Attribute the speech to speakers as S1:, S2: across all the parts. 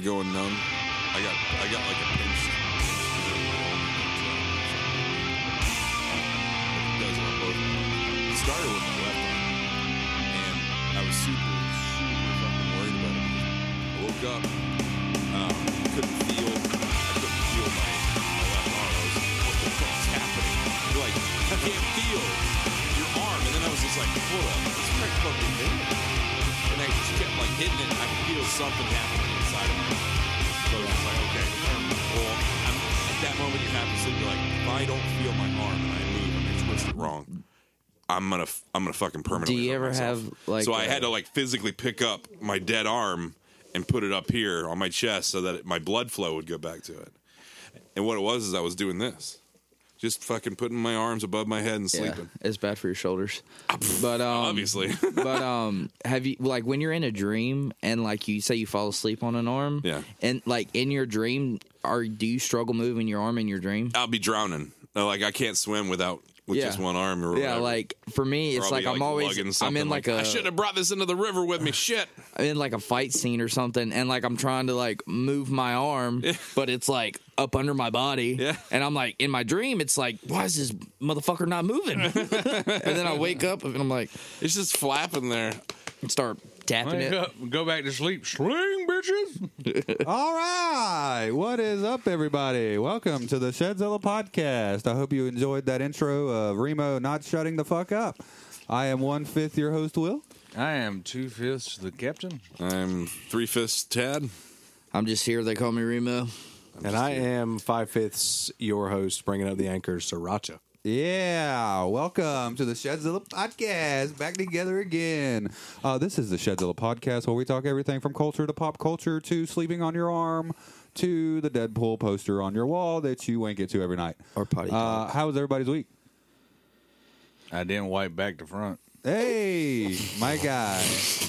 S1: going numb. I got I got like a pinch. It does on both. It started with my left arm, and I was super super fucking worried about it. I woke up, um, couldn't feel, I couldn't feel my, my left arm. I was like, what the fuck's happening? You're like, I can't feel your arm, and then I was just like, hold up, it's right fucking there and I just kept like hitting it. I could feel something happening inside of me. So I was just like, okay, well, I'm, at that moment you have to sit. You're like, if I don't feel my arm and I move and I twist it wrong, I'm gonna f- I'm gonna fucking permanently.
S2: Do you
S1: hurt
S2: ever
S1: myself.
S2: have, like, uh,
S1: So I
S2: a-
S1: had to like physically pick up my dead arm and put it up here on my chest so that it, my blood flow would go back to it. And what it was is I was doing this. Just fucking putting my arms above my head and
S2: Yeah,
S1: sleeping.
S2: it's bad for your shoulders. But um,
S1: Obviously.
S2: but um, have you like when you're in a dream and like you say you fall asleep on an arm?
S1: Yeah.
S2: And like in your dream, are do you struggle moving your arm in your dream?
S1: I'll be drowning. Like I can't swim without with
S2: Yeah.
S1: just one arm or
S2: yeah,
S1: whatever.
S2: like for me, it's
S1: Probably,
S2: like, I'm
S1: lugging
S2: always I'm
S1: something
S2: in like,
S1: I
S2: a
S1: should have brought this into the river with me. Shit.
S2: I'm in like a fight scene or something, and like I'm trying to like move my arm, but it's like up under my body.
S1: Yeah.
S2: And I'm like in my dream, it's like, why is this motherfucker not moving? and then I wake up and I'm like,
S1: It's just flapping there.
S2: start tapping
S3: Wake
S2: it.
S3: up, go back to sleep. Swing, bitches.
S4: All right. What is up, everybody? Welcome to the Shedzilla podcast. I hope you enjoyed that intro of Remo not shutting the fuck up. I am one fifth your host, Will.
S3: I am two fifths the captain.
S1: I'm three fifths Tad.
S2: I'm just here. They call me Remo.
S5: And I am five fifths your host, bringing up the anchor Sriracha.
S4: Yeah. Welcome to the Shedzilla podcast. Back together again. Uh, this is the Shedzilla podcast where we talk everything from culture to pop culture to sleeping on your arm to the Deadpool poster on your wall that you wink it to every night.
S2: Or potty
S4: Uh, how was everybody's week?
S3: I didn't wipe back to front.
S4: Hey, my guy.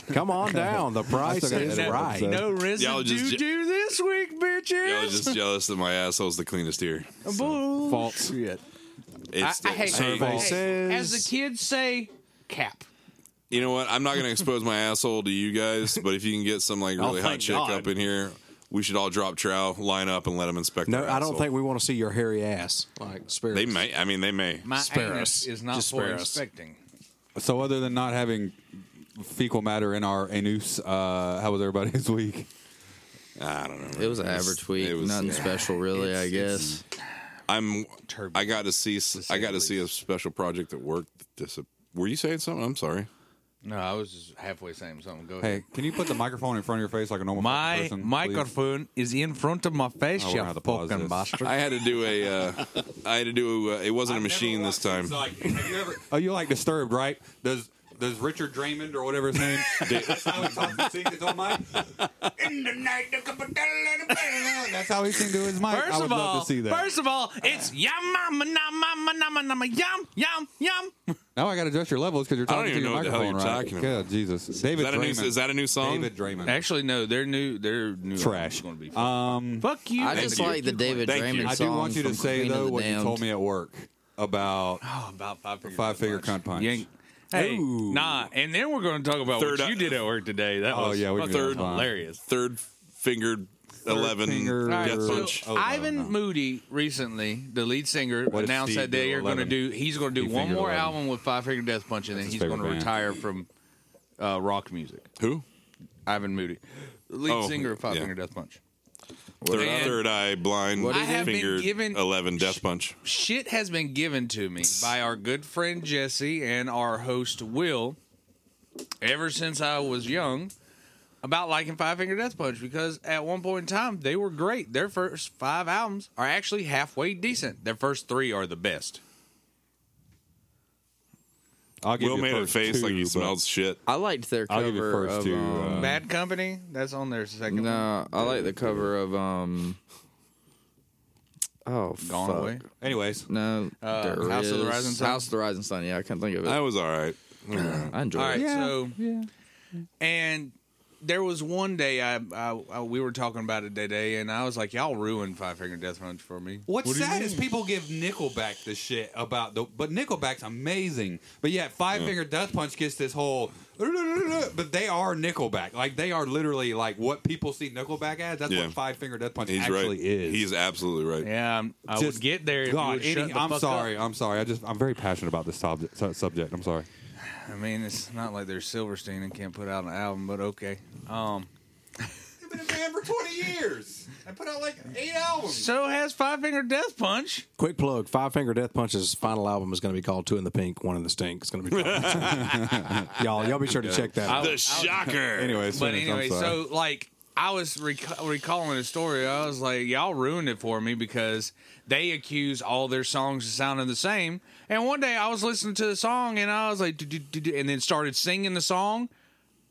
S5: Come on down. The price
S4: still got
S5: is
S4: that
S5: right.
S4: episode.
S3: No
S1: Y'all just
S3: residue
S1: ju-
S3: due this week,
S1: I was
S3: bitches.
S1: just jealous that my asshole's the cleanest here.
S3: Bull-
S5: False.
S1: It's the- hey,
S5: survey says-
S3: as the kids say, cap.
S1: You know what? I'm not going to expose my asshole to you guys, but if you can get some like
S2: Oh,
S1: really hot
S5: thank
S1: chick
S5: God.
S1: up in here, we should all drop trow, line up, and let them inspect.
S5: No,
S1: our
S5: I don't
S1: asshole.
S5: think we want to see your hairy ass. Like spare
S1: they
S5: us.
S1: may. I mean, they may.
S3: My
S5: Spare
S3: anus
S5: us.
S3: is not
S5: Just
S3: for
S5: spare us.
S3: inspecting.
S4: So, other than not having fecal matter in our anus, uh, how was everybody's week?
S1: I don't know.
S2: It was an average week.
S1: it was-
S2: Nothing special, really. I guess.
S1: I'm.
S3: Turbulent,
S1: I got to see. I got to
S3: least.
S1: see a special project at work. This. Were you saying something? I'm sorry.
S3: No, I was just halfway saying something. Go ahead.
S4: Hey, can you put the microphone in front of your face like a normal
S3: My
S4: person? please?
S3: microphone is in front of my face,
S4: Oh, we're
S3: you
S4: gonna have to pause
S3: fucking
S4: this.
S3: bastard.
S1: I had to do a. Uh, I had to do. A, it wasn't a machine this time.
S4: Oh, you like Disturbed, right? Does does Richard Draymond or whatever his name? that's how he talks and sings his own mic. In the night, the That's how he sings to his mic. I
S3: First
S4: would
S3: of
S4: love
S3: all,
S4: to see that.
S3: first of all, it's yum, mama, nom, mama, nom, nom, yum, yum, yum.
S4: now I got to adjust your levels because you're
S1: I don't
S4: talking to
S1: even
S4: your
S1: know what the hell
S4: microphone,
S1: you're
S4: right?
S1: talking about.
S4: God, Jesus,
S1: Is
S4: David
S1: that, a
S4: Draymond.
S1: new, is that a new song?
S4: David Draymond.
S3: Actually, no, they're new. They're new.
S4: Trash.
S3: Gonna be
S4: Um,
S3: Fuck you.
S2: I just
S1: you.
S2: like the David
S1: Thank you.
S2: Draymond
S4: I
S2: song.
S4: do want you to
S2: from
S4: say
S2: Queen of
S4: though
S2: the
S4: what you
S2: Damned.
S4: told me at work about
S3: Oh, about five figure
S4: Five figure cunt punch.
S3: You ain't- Hey,
S4: Ooh.
S3: nah, and then we're going to talk about
S1: Third
S3: what
S1: eye-
S3: you did at work today. That
S4: Oh,
S3: was
S4: yeah, we can
S3: fucking
S4: do that. Fine.
S3: hilarious.
S1: Third fingered eleven
S4: finger-
S1: death
S4: All right, so-
S1: punch.
S4: Oh, no,
S3: Ivan
S4: no.
S3: Moody recently, the lead singer,
S4: What if
S3: announced
S4: Steve
S3: that they
S4: did
S3: are going to
S4: 11?
S3: do. He's going to do
S4: He
S3: one
S4: fingered
S3: more
S4: 11.
S3: album with Five Finger Death Punch, and then
S4: his
S3: he's going to
S4: favorite band.
S3: retire from uh, rock music.
S1: Who?
S3: Ivan Moody, lead
S1: Oh,
S3: singer of Five
S1: yeah.
S3: Finger Death Punch.
S1: Third,
S3: And-
S1: third eye blind.
S3: I have been
S1: fingered
S3: given-
S1: eleven death punch.
S3: Shit has been given to me by our good friend Jesse and our host Will ever since I was young about liking Five Finger Death Punch because at one point in time they were great. Their first five albums are actually halfway decent. Their first three are the best.
S4: I'll give
S1: Will
S4: you
S1: made a
S4: first
S1: face
S4: two,
S1: like he
S4: but
S1: smells shit.
S2: I liked their cover
S4: I'll give you
S2: of.
S4: first two.
S2: um,
S4: uh,
S3: Bad Company, that's on their second one.
S2: no, I like the cover of um. Oh,
S3: Gone
S2: fuck.
S3: Away.
S4: anyways,
S2: No,
S3: Uh,
S2: there
S3: House of the
S2: is-
S3: Rising Sun?
S2: House of the Rising Sun. Yeah, I can't think of it.
S1: I
S2: I,
S4: Um,
S1: was all right.
S2: enjoyed
S3: All right,
S2: it.
S4: Yeah,
S3: so and there was one day I, I, I we were talking about it today, and I was like, "Y'all ruined Five Finger Death Punch for me."
S4: What's sad is people give Nickelback the shit about the, but Nickelback's amazing. But yet, Five Finger Death Punch gets this whole, but they are Nickelback. Like they are literally like what people see Nickelback as. That's
S6: Yeah.
S4: what Five Finger Death Punch
S6: He's
S4: actually
S6: right.
S4: is.
S6: He's absolutely right.
S3: Yeah, um, I
S4: Just-
S3: would get there. If you
S4: God,
S3: would shut
S4: any-
S3: the
S4: I'm
S3: fuck
S4: sorry. I'm sorry. I just I'm very passionate about this sub- su- subject. I'm sorry.
S3: Up. I mean, it's not like there's Silverstein and can't put out an album, but okay. Um,
S4: I've been a band for 20 years. I put out like eight albums.
S3: so has Five Finger Death Punch.
S5: Quick plug: Five Finger Death Punch's final album is going to be called Two in the Pink, One in the Stink. It's going to be y'all. Y'all be sure to check that. out.
S6: The shocker.
S4: Anyway,
S3: But
S4: Sinners, I'm
S3: anyway,
S4: sorry.
S3: so like I was reca- recalling a story. I was like, y'all ruined it for me because they accuse all their songs of sounding the same. And one day I was listening to the song and I was like, "Du-du-du-du," and then started singing the song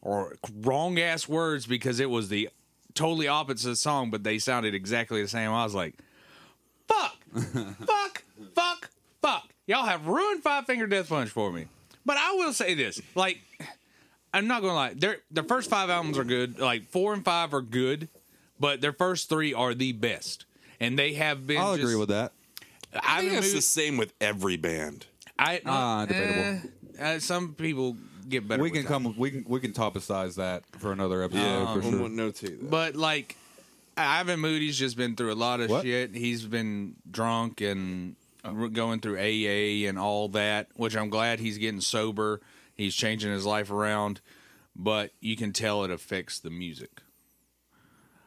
S3: or wrong ass words because it was the totally opposite song, but they sounded exactly the same. I was like, fuck, fuck, fuck, fuck. Y'all have ruined Five Finger Death Punch for me. But I will say this, like. I'm not gonna lie. Their their first five albums are good. Like four and five are good, but their first three are the best, and they have been.
S4: I'll agree
S3: just-
S4: with that.
S6: I
S3: I've
S6: think it's
S3: moved,
S6: the same with every band.
S3: I
S4: Ah, debatable.
S3: eh, uh, some people get better.
S4: We
S3: with
S4: can
S3: time.
S4: come. We can we can topicize that for another episode for sure.
S6: no tea.
S3: But like Ivan Moody's just been through a lot of
S4: What?
S3: shit. He's been drunk and
S6: Oh.
S3: re- going through AA and all that, which I'm glad he's getting sober. He's changing his life around, but you can tell it affects the music.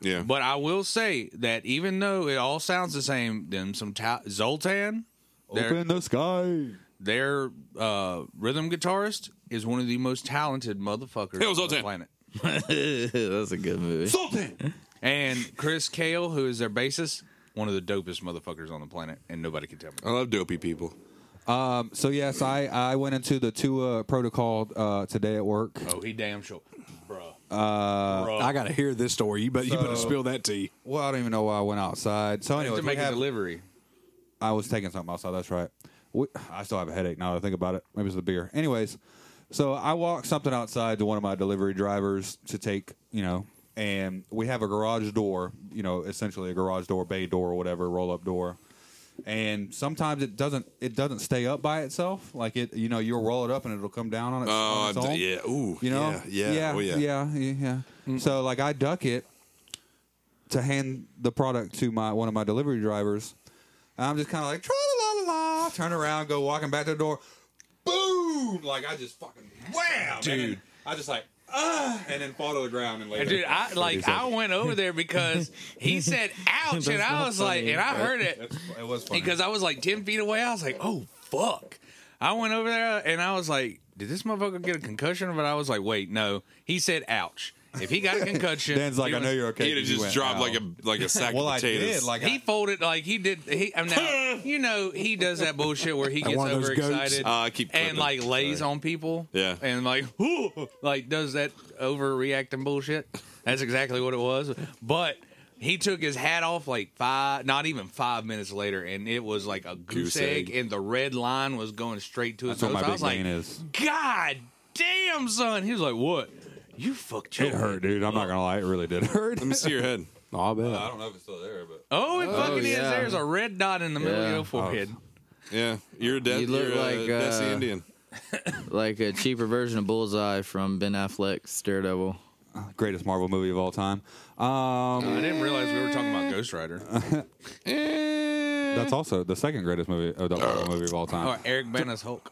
S6: yeah,
S3: But I will say that even though it all sounds the same, then some ta- Zoltan, their
S4: Open the sky.
S3: their uh, rhythm guitarist is one of the most talented motherfuckers
S6: Hey, it was
S3: on
S6: Zoltan.
S3: the planet.
S2: That's a good movie.
S4: Sultan.
S3: And Chris Kale, who is their bassist, one of the dopest motherfuckers on the planet, and nobody can tell me.
S6: I love dopey people.
S4: Um, so yes, I, I went into the Tua protocol uh, today at work.
S3: Oh, he damn sure, bruh.
S5: I got to hear this story. You better you better spill that tea.
S4: Well, I don't even know why I went outside. So anyway,
S3: to make
S4: we
S3: a
S4: have-
S3: delivery.
S4: I was taking something outside. That's right. We, I still have a headache now that I think about it. Maybe it's the beer. Anyways, so I walked something outside to one of my delivery drivers to take, you know, and we have a garage door, you know, essentially a garage door, bay door, or whatever, roll up door. And sometimes it doesn't it doesn't stay up by itself. Like it, you know, you'll roll it up and it'll come down on, it, on
S6: Oh
S4: its own.
S6: yeah, ooh,
S4: You know?
S6: yeah, yeah,
S4: yeah,
S6: oh, yeah.
S4: yeah, yeah, yeah. So like I duck it to hand the product to my one of my delivery drivers. And I'm just kind of like tra la la la, turn around, go walking back to the door, boom! Like I just fucking wham, And then
S3: Dude.
S4: I just like ah, and then fall to the ground and lay.
S3: Dude,
S4: there.
S3: I like I went over there because he said ouch, and I
S2: not
S3: was like,
S2: funny,
S3: and I heard it.
S4: That's, it was funny.
S3: because I was like ten feet away. I was like, "Oh fuck!" I went over there and I was like, "Did this motherfucker get a concussion?" But I was like, "Wait, no." He said, "Ouch!" If he got a concussion,
S4: Dan's like,
S3: he
S4: I know
S3: was-
S4: you're okay.
S6: He'd have
S4: 'cause you
S6: just
S4: went
S6: dropped
S4: out."
S6: like a like a sack
S4: Well,
S6: of
S4: I
S6: potatoes.
S4: did. Like
S3: He
S4: I,
S3: folded like he did. He I'm now you know he does that bullshit where he gets
S5: one of those goats.
S3: overexcited
S6: Uh, I keep
S3: and
S6: clipping.
S3: like lays
S6: Sorry.
S3: on people.
S6: Yeah.
S3: and like like does that overreacting bullshit. That's exactly what it was. But he took his hat off like five, not even five minutes later, and it was like a goose,
S6: Goose
S3: egg,
S6: egg.
S3: and the red line was going straight to his
S4: That's what
S3: nose.
S4: my
S3: I was like,
S4: big vein is.
S3: God damn, son. He was like, What? You fucked your
S4: It hurt, dude. I'm not gonna lie, it really did hurt.
S6: Let me see your head.
S5: Oh, I bet.
S4: don't know if it's still there, but
S3: Oh, it fucking is.
S2: yeah.
S3: There's a red dot in the middle of
S2: Yeah.
S3: your forehead.
S4: Oh,
S6: Yeah, you're a death.
S2: You look
S6: you're a
S2: like,
S6: Desi
S2: uh,
S6: Indian.
S2: Like a cheaper version of Bullseye from Ben Affleck's Daredevil.
S4: greatest Marvel movie of all time. Um,
S3: Oh, I didn't realize we were talking about Ghost Rider.
S4: That's also the second greatest movie, adult Marvel movie of Oh. all time.
S3: Or Oh, Eric Bana's Hulk.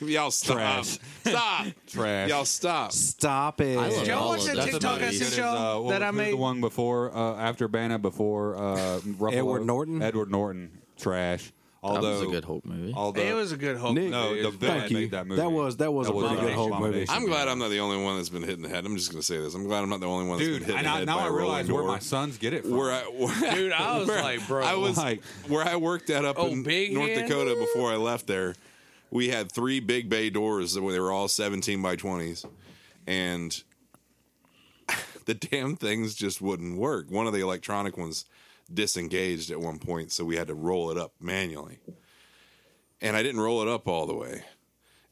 S6: Y'all stop.
S4: Trash.
S6: Stop.
S4: Trash.
S6: Y'all stop.
S5: Stop it.
S2: I love-
S3: Y'all
S2: all
S3: watch
S2: of
S3: that
S2: those
S3: TikTok I
S2: movies.
S3: sent
S4: Good as, uh,
S3: y'all
S4: what
S3: that
S4: was-
S3: I
S4: who's
S3: made?
S4: the one before uh, after Banna before uh, Ruffalo?
S5: Edward Norton?
S4: Edward Norton trash. Although
S2: that was a good Hulk movie.
S4: Although
S3: It was a good Hulk.
S5: Nick,
S4: no,
S3: movie. It
S4: the
S3: was
S4: villain
S3: bad.
S5: you.
S4: made that movie.
S5: That was- that was a pretty
S3: good
S5: Hulk movie.
S4: Abomination.
S6: I'm glad I'm not the only one that's been hit in the head. I'm just gonna say this. I'm glad I'm not the only one that's
S4: dude.
S6: been hit in
S4: And
S6: the
S4: I,
S6: head
S4: now
S6: by
S4: I
S6: a rolling
S4: realize where
S6: door.
S4: my sons get it from.
S6: Where I, where,
S3: Dude, I was like, bro,
S6: I was
S4: like-
S6: where I worked at up
S3: Oh,
S6: in
S3: big
S6: North
S3: head?
S6: Dakota before I left there. We had three big bay doors that were- they were all 17 by 20s, and the damn things just wouldn't work. One of the electronic ones disengaged at one point, so we had to roll it up manually. And I didn't roll it up all the way.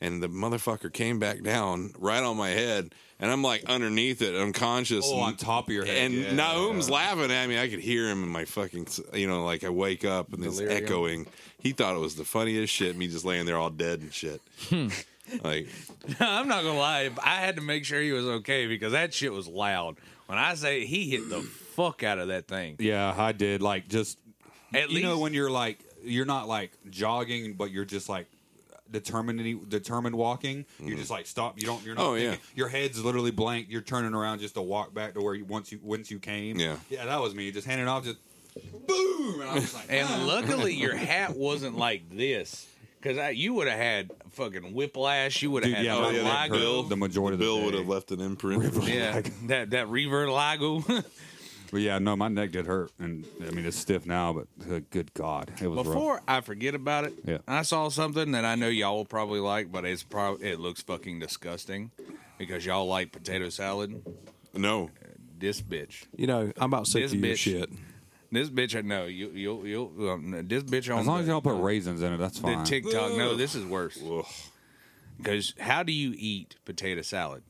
S1: and the motherfucker came back down right on my head, and I'm like underneath it, unconscious.
S4: Oh,
S1: and,
S4: on top of your head.
S1: And
S4: yeah.
S1: Naum's laughing at me. I could hear him in my fucking, you know, like I wake up and it's
S5: Delirium.
S1: echoing. He thought it was the funniest shit. Me just laying there all dead and shit.
S4: Hmm.
S1: like
S3: I'm not gonna lie. I had to make sure he was okay because that shit was loud. When I say he hit the fuck out of that thing,
S4: Yeah, I did. Like just
S3: At
S4: you know
S3: least-
S4: when you're like you're not like jogging, but you're just like determined determined walking. You're just like stop. You don't. You're not.
S1: Oh, yeah.
S4: thinking. Your head's literally blank. You're turning around just to walk back to where you once you once you came.
S1: Yeah.
S4: Yeah, that was me. Just handing off. Just boom. And I was like,
S3: and
S4: "Ah."
S3: luckily your hat wasn't like this because you would have had fucking whiplash. You would have
S4: Dude,
S3: had
S4: yeah,
S1: oh, yeah, that
S4: leg hurt.
S1: bill,
S3: vitiligo.
S4: The majority of the
S1: bill would
S4: day.
S1: have left an imprint.
S3: Yeah, that that revertigo.
S4: But yeah, no, my neck did hurt, and I mean it's stiff now. But uh, good God, it was rough.
S3: Before I forget about it,
S4: Yeah.
S3: I saw something that I know y'all will probably like, but it's probably it looks fucking disgusting because y'all like potato salad.
S1: No,
S3: This bitch,
S5: You know, I'm about sick
S3: This
S5: of your
S3: bitch.
S5: shit.
S3: this bitch. I know you. You. You. Um, this bitch on
S4: As long as
S3: the-
S4: you don't put raisins in it, that's
S3: the
S4: fine.
S3: TikTok. No, this is worse. Because how do you eat potato salad?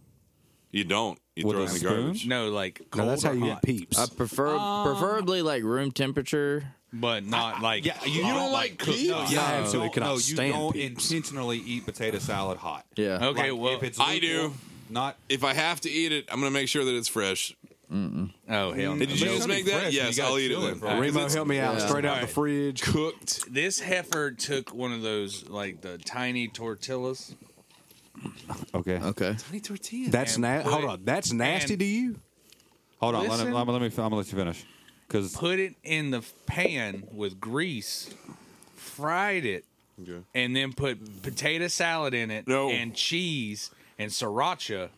S1: you don't. You
S4: With
S1: throw
S4: a
S1: it in the
S4: spoon?
S1: garbage.
S3: No, like cold
S5: No, that's
S3: or
S5: how you
S3: hot,
S5: get peeps.
S2: I prefer preferably like room temperature.
S3: but not like
S4: Yeah, you, don't like cooked.
S1: peas?
S4: No,
S5: Yeah, I
S4: you
S5: absolutely
S4: don't-
S5: cannot
S4: no, you
S5: stand
S4: don't
S5: peas.
S4: intentionally eat potato salad hot.
S2: Yeah.
S3: Okay.
S4: Like,
S3: well,
S4: if it's
S1: I
S4: lukewarm,
S1: do.
S4: Not
S1: If I have to eat it, I'm gonna make sure that it's fresh.
S3: oh hell. no.
S1: Did you just make that? Yes, I'll eat it then.
S5: Remo, help me out.
S2: yeah.
S5: Straight out
S3: Alright.
S5: the fridge.
S1: Cooked.
S3: This heifer took one of those like the tiny tortillas.
S4: Okay,
S2: Okay.
S5: That's na-
S3: put
S5: Hold
S3: it-
S5: on. That's nasty
S3: and-
S5: to you?
S4: hold on. Let, me-
S3: Listen.
S4: let me, let me. I'm gonna let you finish. Because
S3: put it in the pan with grease, fried it, and then put potato salad in it
S1: No.
S3: and cheese and sriracha,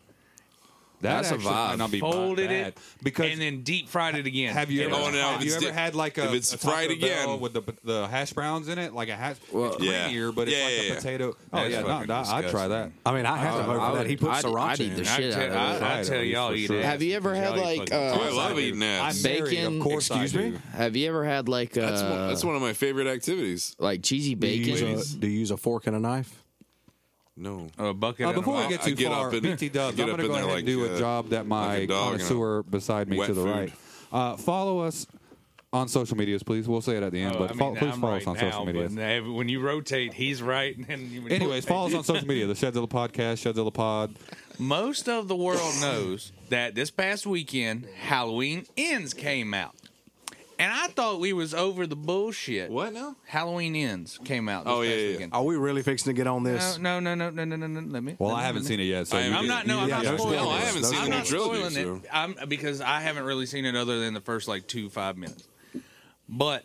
S2: That's a vibe.
S4: Might not be
S3: folded
S4: bad,
S3: it,
S4: because
S3: and then deep fried it again.
S4: have you
S3: It
S4: ever,
S1: Oh,
S3: was-
S1: no,
S4: have
S1: if
S4: you
S1: it's
S4: ever
S1: di-
S4: had like a
S1: if it's
S4: a Taco
S1: fried again-
S4: Bell with the the hash browns in it like a hash
S2: Well,
S4: it's
S1: Yeah.
S4: creamier, but it's
S1: Yeah,
S4: like
S1: yeah,
S4: a
S1: yeah.
S4: potato. Oh
S3: That's
S4: yeah, no,
S3: fucking
S4: I- I'd try that.
S3: disgusting.
S5: I mean, I have to vote
S2: I
S5: for that.
S2: would-
S5: He put
S2: I'd-
S5: sriracha
S2: I'd eat
S5: in
S2: the
S5: it.
S3: I
S2: Shit
S3: tell,
S2: out of
S3: I, I
S4: it.
S3: tell y'all, you
S4: Fried,
S3: did.
S2: Have you ever
S3: Y'all
S2: had
S3: eat
S2: like
S3: fucking
S1: Oh, I
S2: uh,
S1: love eating
S4: I'm
S1: ass.
S4: married,
S2: Bacon-
S4: of course. I
S5: Excuse
S4: do.
S5: me?
S2: have you ever had like uh,
S1: That's one, that's one of my favorite activities.
S2: like cheesy
S5: Do you
S2: bacon?
S5: use a- do you use a fork and a knife?
S1: No.
S3: a bucket.
S4: Uh,
S3: and a
S4: before
S3: lot.
S1: I-
S4: we get
S1: I
S4: too
S1: get
S4: far,
S1: up and-
S4: BT Dubs,
S1: I
S4: I'm
S1: get
S4: going
S1: up
S4: to
S1: in
S4: go
S1: there
S4: ahead and
S1: like,
S4: do a
S1: uh,
S4: job that
S1: like
S4: my
S1: a dog and a
S4: connoisseur beside me
S1: wet
S4: to the
S1: food.
S4: right. Uh, follow us on social medias, please. We'll say it at the end,
S3: Oh,
S4: but
S3: I mean,
S4: fo- please
S3: I'm
S4: follow
S3: right
S4: us on
S3: now,
S4: social medias.
S3: But now when you rotate, he's right. And you
S4: Anyways, follow us on social media. The Shedzilla Podcast, Shedzilla Pod.
S3: most of the world knows that this past weekend Halloween Ends came out. And I thought we was over the bullshit.
S1: What now?
S3: Halloween Ends came out. This
S1: Oh, yeah,
S3: past
S1: yeah, yeah.
S3: weekend.
S5: Are we really fixing to get on this?
S3: No, no, no, no, no, no, no, no. Let me.
S4: Well,
S3: let
S4: I
S3: me-
S4: haven't
S3: let me-
S4: seen it yet, so
S1: I am-
S4: you
S3: I'm
S4: did-
S3: not. No,
S4: you
S3: I'm
S4: did
S3: not
S5: yeah,
S4: get
S5: there's
S4: it.
S3: spoiling.
S5: no, I
S3: it.
S5: haven't seen
S3: I'm
S5: the
S3: not
S1: new
S3: spoiling
S1: trilogy,
S3: it. I'm because I haven't really seen it other than the first like two five minutes. But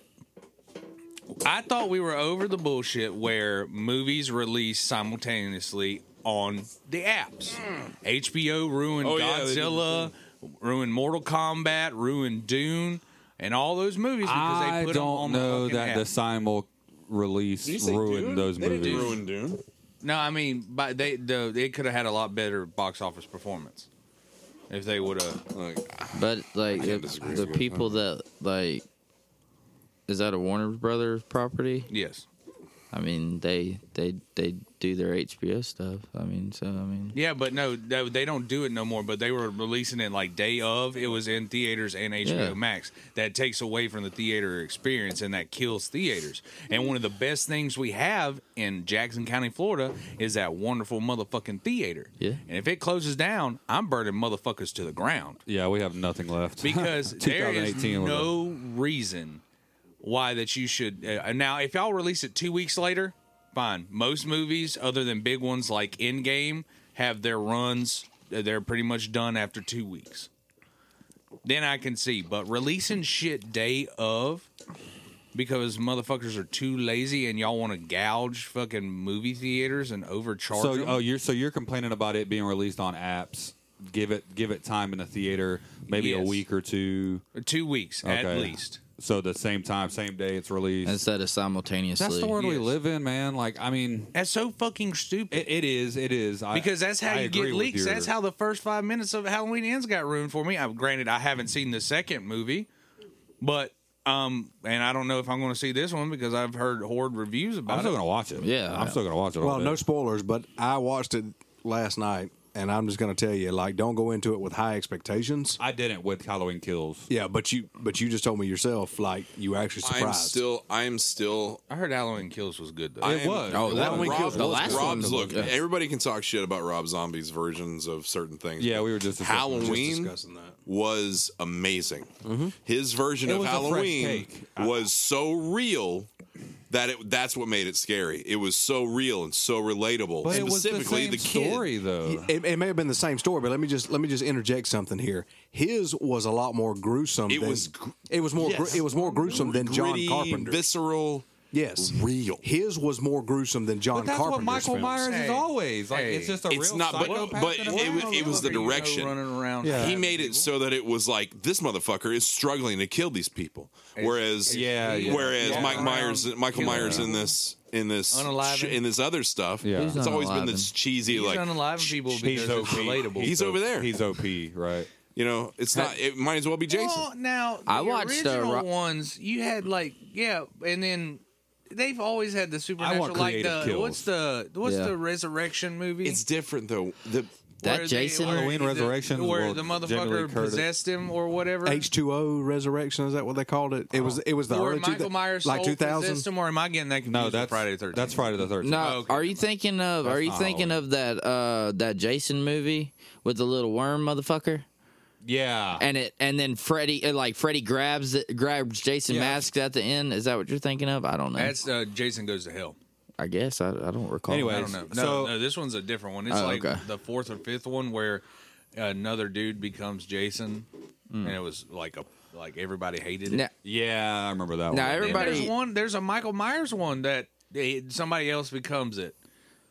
S3: I thought we were over the bullshit where movies release simultaneously on the apps. HBO ruined
S1: Oh, yeah, they did
S3: Godzilla, ruined Mortal Kombat, ruined Dune, and all those movies because
S4: I
S3: they put them
S4: don't
S3: on the
S4: know
S3: fucking
S4: that
S3: app.
S4: the simul release ruined those movies.
S1: Ruined Dune.
S3: No, I mean, but they the, they could have had a lot better box office performance if they would have.
S1: Like,
S2: But like
S1: can't
S2: the,
S1: disagree
S2: the
S1: with
S2: people that like is that a Warner Brothers property?
S3: Yes.
S2: I mean they they they do their HBO stuff. I mean so I mean
S3: Yeah, but no, they they don't do it no more. But they were releasing it like day of. It was in theaters and HBO
S2: Yeah.
S3: Max. That takes away from the theater experience and that kills theaters. And one of the best things we have in Jackson County, Florida, is that wonderful motherfucking theater.
S2: Yeah.
S3: And if it closes down, I'm burning motherfuckers to the ground
S4: Yeah, we have nothing left
S3: because there is
S4: 2018 was a-
S3: no reason why that you should. Uh, now, if y'all release it two weeks later, fine. Most movies, other than big ones like Endgame, have their runs. uh, They're pretty much done after two weeks. Then I can see, but releasing shit day of because motherfuckers are too lazy and y'all want to gouge fucking movie theaters and overcharge
S4: So
S3: them.
S4: oh, you're so you're complaining about it being released on apps. Give it give it time in the theater, maybe a
S3: Yes.
S4: week or two.
S3: two weeks at
S4: Okay.
S3: least.
S4: So the same time, same day it's released.
S2: instead of simultaneously.
S4: That's the world we
S3: Yes.
S4: live in, man. Like I mean,
S3: That's so fucking stupid.
S4: it, it is, it is. I,
S3: because that's how
S4: I
S3: you
S4: agree
S3: get
S4: with
S3: leaks.
S4: your-
S3: That's how the first five minutes of Halloween Ends got ruined for me. I, granted, I haven't seen the second movie, but Um, and I don't know if I'm going to see this one because I've heard horrid reviews
S4: I'm
S3: about
S4: still
S3: it.
S4: gonna watch it.
S2: Yeah,
S4: I'm
S2: yeah.
S4: still gonna watch it. all
S5: Well,
S4: day.
S5: no spoilers, but I watched it last night, and I'm just going to tell you, like, don't go into it with high expectations.
S4: I didn't with Halloween Kills.
S5: Yeah, but you, but you just told me yourself, like, you were actually surprised.
S1: I'm still. I'm still.
S3: I heard Halloween Kills was good though.
S1: I am-
S4: was.
S5: Oh, that
S1: Rob-
S5: one
S1: Rob,
S5: killed the last one.
S1: Rob's look.
S2: Yeah.
S1: Everybody can talk shit about Rob Zombie's versions of certain things.
S4: Yeah,
S1: but
S4: we were just discussing-
S5: Just Mm-hmm.
S1: Halloween
S5: discussing that.
S1: was amazing. His version
S4: It
S1: of
S4: was a fresh
S1: Halloween
S4: take.
S1: was so real that it that's what made it scary. It was so real and so relatable.
S4: But it was the
S1: Specifically,
S4: same
S1: kid.
S4: story though.
S5: It, it may have been the same story, but let me just let me just interject something here. His was a lot more gruesome.
S1: It
S5: than,
S1: was gr-
S5: it was more gr- it was more gruesome than John
S1: Gritty,
S5: Carpenter.
S1: visceral.
S5: yes,
S1: real.
S5: His was more gruesome than John
S4: But that's what
S5: Carpenter's
S4: Michael
S5: films.
S4: Myers
S3: Hey,
S4: is always like.
S3: hey.
S4: It's just a
S1: It's
S4: real
S1: not- but-
S4: psychopath
S1: but
S4: and a
S1: it was-
S4: mad
S1: it was the
S4: motherfucker.
S3: You know,
S1: direction.
S3: running around.
S4: Yeah.
S1: he
S3: stabbing
S1: made it
S3: people.
S1: so that it was like this motherfucker is struggling to kill these people. Whereas,
S4: Yeah, yeah.
S1: whereas
S3: Yeah.
S1: Mike Myers,
S3: Around
S1: Michael
S3: killing
S1: Myers in
S3: people.
S1: this in this
S3: Unaliving.
S1: sh- in this other stuff,
S4: Yeah. He's
S1: it's always been
S2: unaliving.
S1: this cheesy
S3: He's
S1: like
S3: unalive people because
S4: He's
S3: it's
S4: OP.
S3: relatable.
S1: He's over there.
S4: He's OP, right?
S1: you know, it's not. It might as well be Jason.
S3: Well, now the
S2: I watched, uh,
S3: original
S2: Ro-
S3: ones. You had like yeah, and then they've always had the supernatural.
S4: want
S3: Like the
S4: creative kills.
S3: what's the what's
S2: Yeah.
S3: the resurrection movie?
S1: it's different though. The
S2: That
S3: Where they-
S2: Jason-
S3: where
S4: Halloween
S3: the-
S4: Resurrection
S3: where
S4: will
S3: the
S4: generally
S3: motherfucker
S4: occur to-
S3: possessed him or whatever.
S5: H two O Resurrection is that what they called it? It was it was the
S3: or
S5: early two,
S3: Michael Myers
S5: like
S3: soul
S5: two
S3: possessed
S5: thousand.
S3: him, or am I getting that confused?
S4: No,
S3: with
S4: that's
S3: Friday the Thirteenth.
S4: That's Friday the Thirteenth.
S2: No,
S4: Oh,
S3: okay.
S2: are you thinking of? are you
S4: not
S2: thinking of that uh that Jason movie with the little worm motherfucker?
S4: Yeah.
S2: And it and then Freddy uh, like Freddy grabs it, grabs Jason
S4: Yeah.
S2: mask at the end. Is that what you're thinking of? I don't know.
S3: that's uh, Jason goes to hell.
S2: I guess I, I don't recall.
S4: Anyway.
S3: I don't know. No,
S4: So-
S3: no, this one's a different one. It's
S2: Oh,
S3: like
S2: okay.
S3: the fourth or fifth one where another dude becomes Jason, and it was like a like everybody hated it.
S2: Now,
S4: yeah, I remember that.
S2: now
S4: one.
S3: There's
S2: everybody
S3: one. There's a Michael Myers one that they, somebody else becomes it,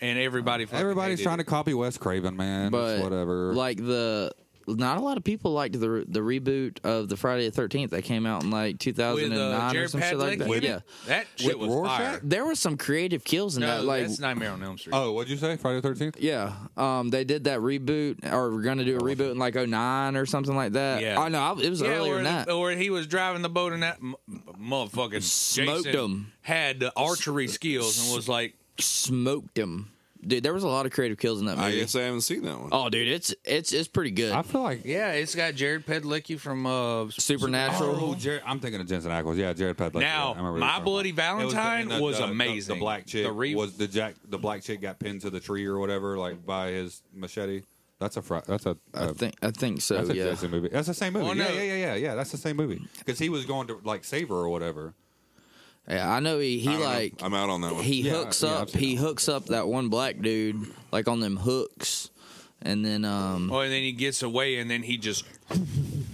S3: and everybody. fucking
S4: Everybody's
S3: hated
S4: trying to
S3: it.
S4: copy Wes Craven, man.
S2: but
S4: It's whatever.
S2: Like the not a lot of people liked the re- the reboot of the Friday the Thirteenth that came out in like
S3: with
S2: 2009
S3: uh,
S2: or
S3: Jared
S2: some shit like
S3: Padalecki.
S2: that.
S3: in it?
S2: yeah,
S3: that shit was
S4: Rorschach?
S3: fire.
S2: there were some creative kills in
S3: No,
S2: that. Like
S3: that's Nightmare on Elm Street.
S4: oh, what'd you say? Friday the Thirteenth.
S2: Yeah, um, they did that reboot, or were going to do a reboot in like 09 or something like that.
S3: Yeah.
S2: oh no, I, it was earlier
S3: or,
S2: than that.
S3: or he was driving the boat and that m- motherfucking
S2: Smoked
S3: Jason
S2: him.
S3: Had the archery skills and was like,
S2: Smoked him, dude. There was a lot of creative kills in that
S1: I
S2: movie.
S1: guess I haven't seen that one.
S2: Oh, dude, it's it's it's pretty good.
S4: I feel like
S3: "Yeah, it's got Jared Padalecki from uh,
S2: Supernatural.
S4: Oh, Jared, I'm thinking of Jensen Ackles. Yeah, Jared Padalecki.
S3: Now,
S4: I remember
S3: My
S4: what
S3: Bloody
S4: you're talking about.
S3: Valentine
S4: It
S3: was
S4: the- the-
S3: amazing.
S4: The black chick
S3: The re-
S4: was the jack. The black chick got pinned to the tree or whatever, like by his machete. That's a fr- that's a.
S2: I
S4: a-
S2: think I think so.
S4: that's a
S2: Yeah,
S4: Jason movie. That's the same movie.
S3: Well,
S4: yeah,
S3: Oh, no.
S4: yeah, yeah, yeah, yeah. That's the same movie because he was going to like save her or whatever.
S2: yeah. I know he he
S1: I don't know.
S2: like
S1: I'm out on that one.
S2: he
S4: Yeah,
S2: hooks
S4: yeah, I've
S2: up
S4: seen
S2: he hooks up that one black dude like on them hooks, and then um
S3: Oh, and then he gets away, and then he just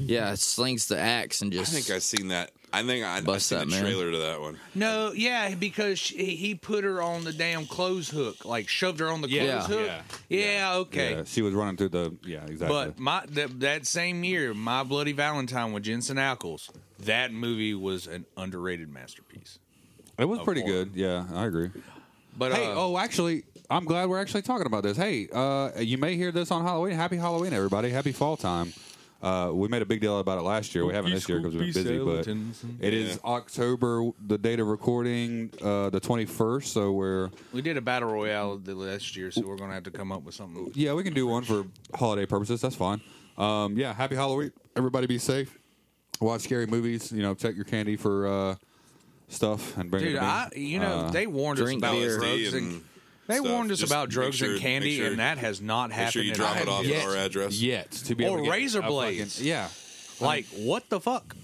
S2: yeah slings the axe and
S1: I
S2: just
S1: think I've seen that. I think I, I've
S2: Bust
S1: seen
S2: that,
S1: the
S2: man.
S1: trailer to that one.
S3: no, yeah, because she, he put her on the damn clothes hook, like shoved her on the clothes
S2: Yeah.
S3: hook.
S4: Yeah.
S3: Yeah, okay.
S4: Yeah, she was running through the. Yeah, exactly.
S3: But my th- that same year, My Bloody Valentine with Jensen Ackles, that movie was an underrated masterpiece.
S4: it was pretty
S3: horror.
S4: good. Yeah, I agree.
S3: But
S4: Hey,
S3: uh,
S4: oh, actually, I'm glad we're actually talking about this. Hey, uh, you may hear this on Halloween. Happy Halloween, everybody! Happy fall time. Uh, we made a big deal about it last year. We haven't this year because we've been busy, but it is October, the date of recording, uh, the 21st. So we're
S3: we did a battle royale the last year, so we're gonna have to come up with something.
S4: yeah, we can do one for holiday purposes. That's fine. Um, yeah, happy Halloween, everybody! Be safe. Watch scary movies. You know, check your candy for uh, stuff and bring it.
S3: Dude,
S4: to me.
S3: I you know
S4: Uh,
S3: they warned us
S2: drink
S3: about
S2: beer.
S3: drugs
S1: LSD
S3: and,
S1: and
S3: they
S1: stuff.
S3: warned us
S1: Just
S3: about
S1: make
S3: drugs
S1: sure-
S3: and
S1: make
S3: candy,
S1: sure-
S3: and that has not
S1: Make
S3: happened.
S1: sure you
S3: and
S1: drop
S3: I
S1: it off
S3: yet-
S1: at our address.
S4: yet to be
S3: Or
S4: able to get
S3: razor
S4: a fucking-
S3: blades.
S4: yeah.
S3: Like what the fuck?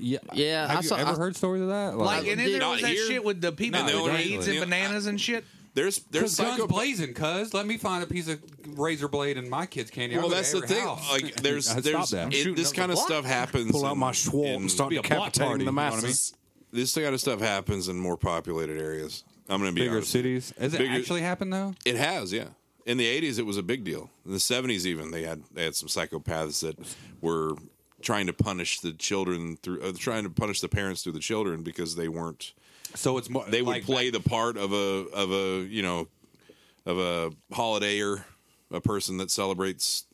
S4: Yeah,
S2: Yeah,
S4: Have
S2: I
S4: you
S2: saw-
S4: ever
S2: I-
S4: heard stories of that?
S3: Like and then
S2: dude,
S3: there was
S1: not
S3: that
S1: here.
S3: shit with the people
S1: No,
S3: with
S1: they
S3: the
S1: don't
S3: AIDS
S1: really.
S3: and bananas and shit.
S1: There's there's
S4: guns
S1: psychopaths.
S4: blazing, cuz. Let me find a piece of razor blade in my kid's candy.
S1: Well, that's the thing. Like, there's,
S4: Stop
S1: there's,
S4: that. I'm
S1: it, this kind of stuff happens.
S5: Pull out
S1: in-
S5: my Schwartz
S1: in-
S5: and start
S4: be a block party,
S5: decapitating the
S4: you know what I
S5: masses.
S1: This kind of stuff happens in more populated areas. I'm going to be
S4: bigger
S1: honest.
S4: cities. Has it
S1: Bigger-
S4: actually happened though?
S1: It has, yeah. In the '80s, it was a big deal. In the '70s, even they had they had some psychopaths that were trying to punish the children through uh, trying to punish the parents through the children because they weren't.
S4: So it's more
S1: They would
S4: like,
S1: play the part of a of a you know of a holidayer, a person that celebrates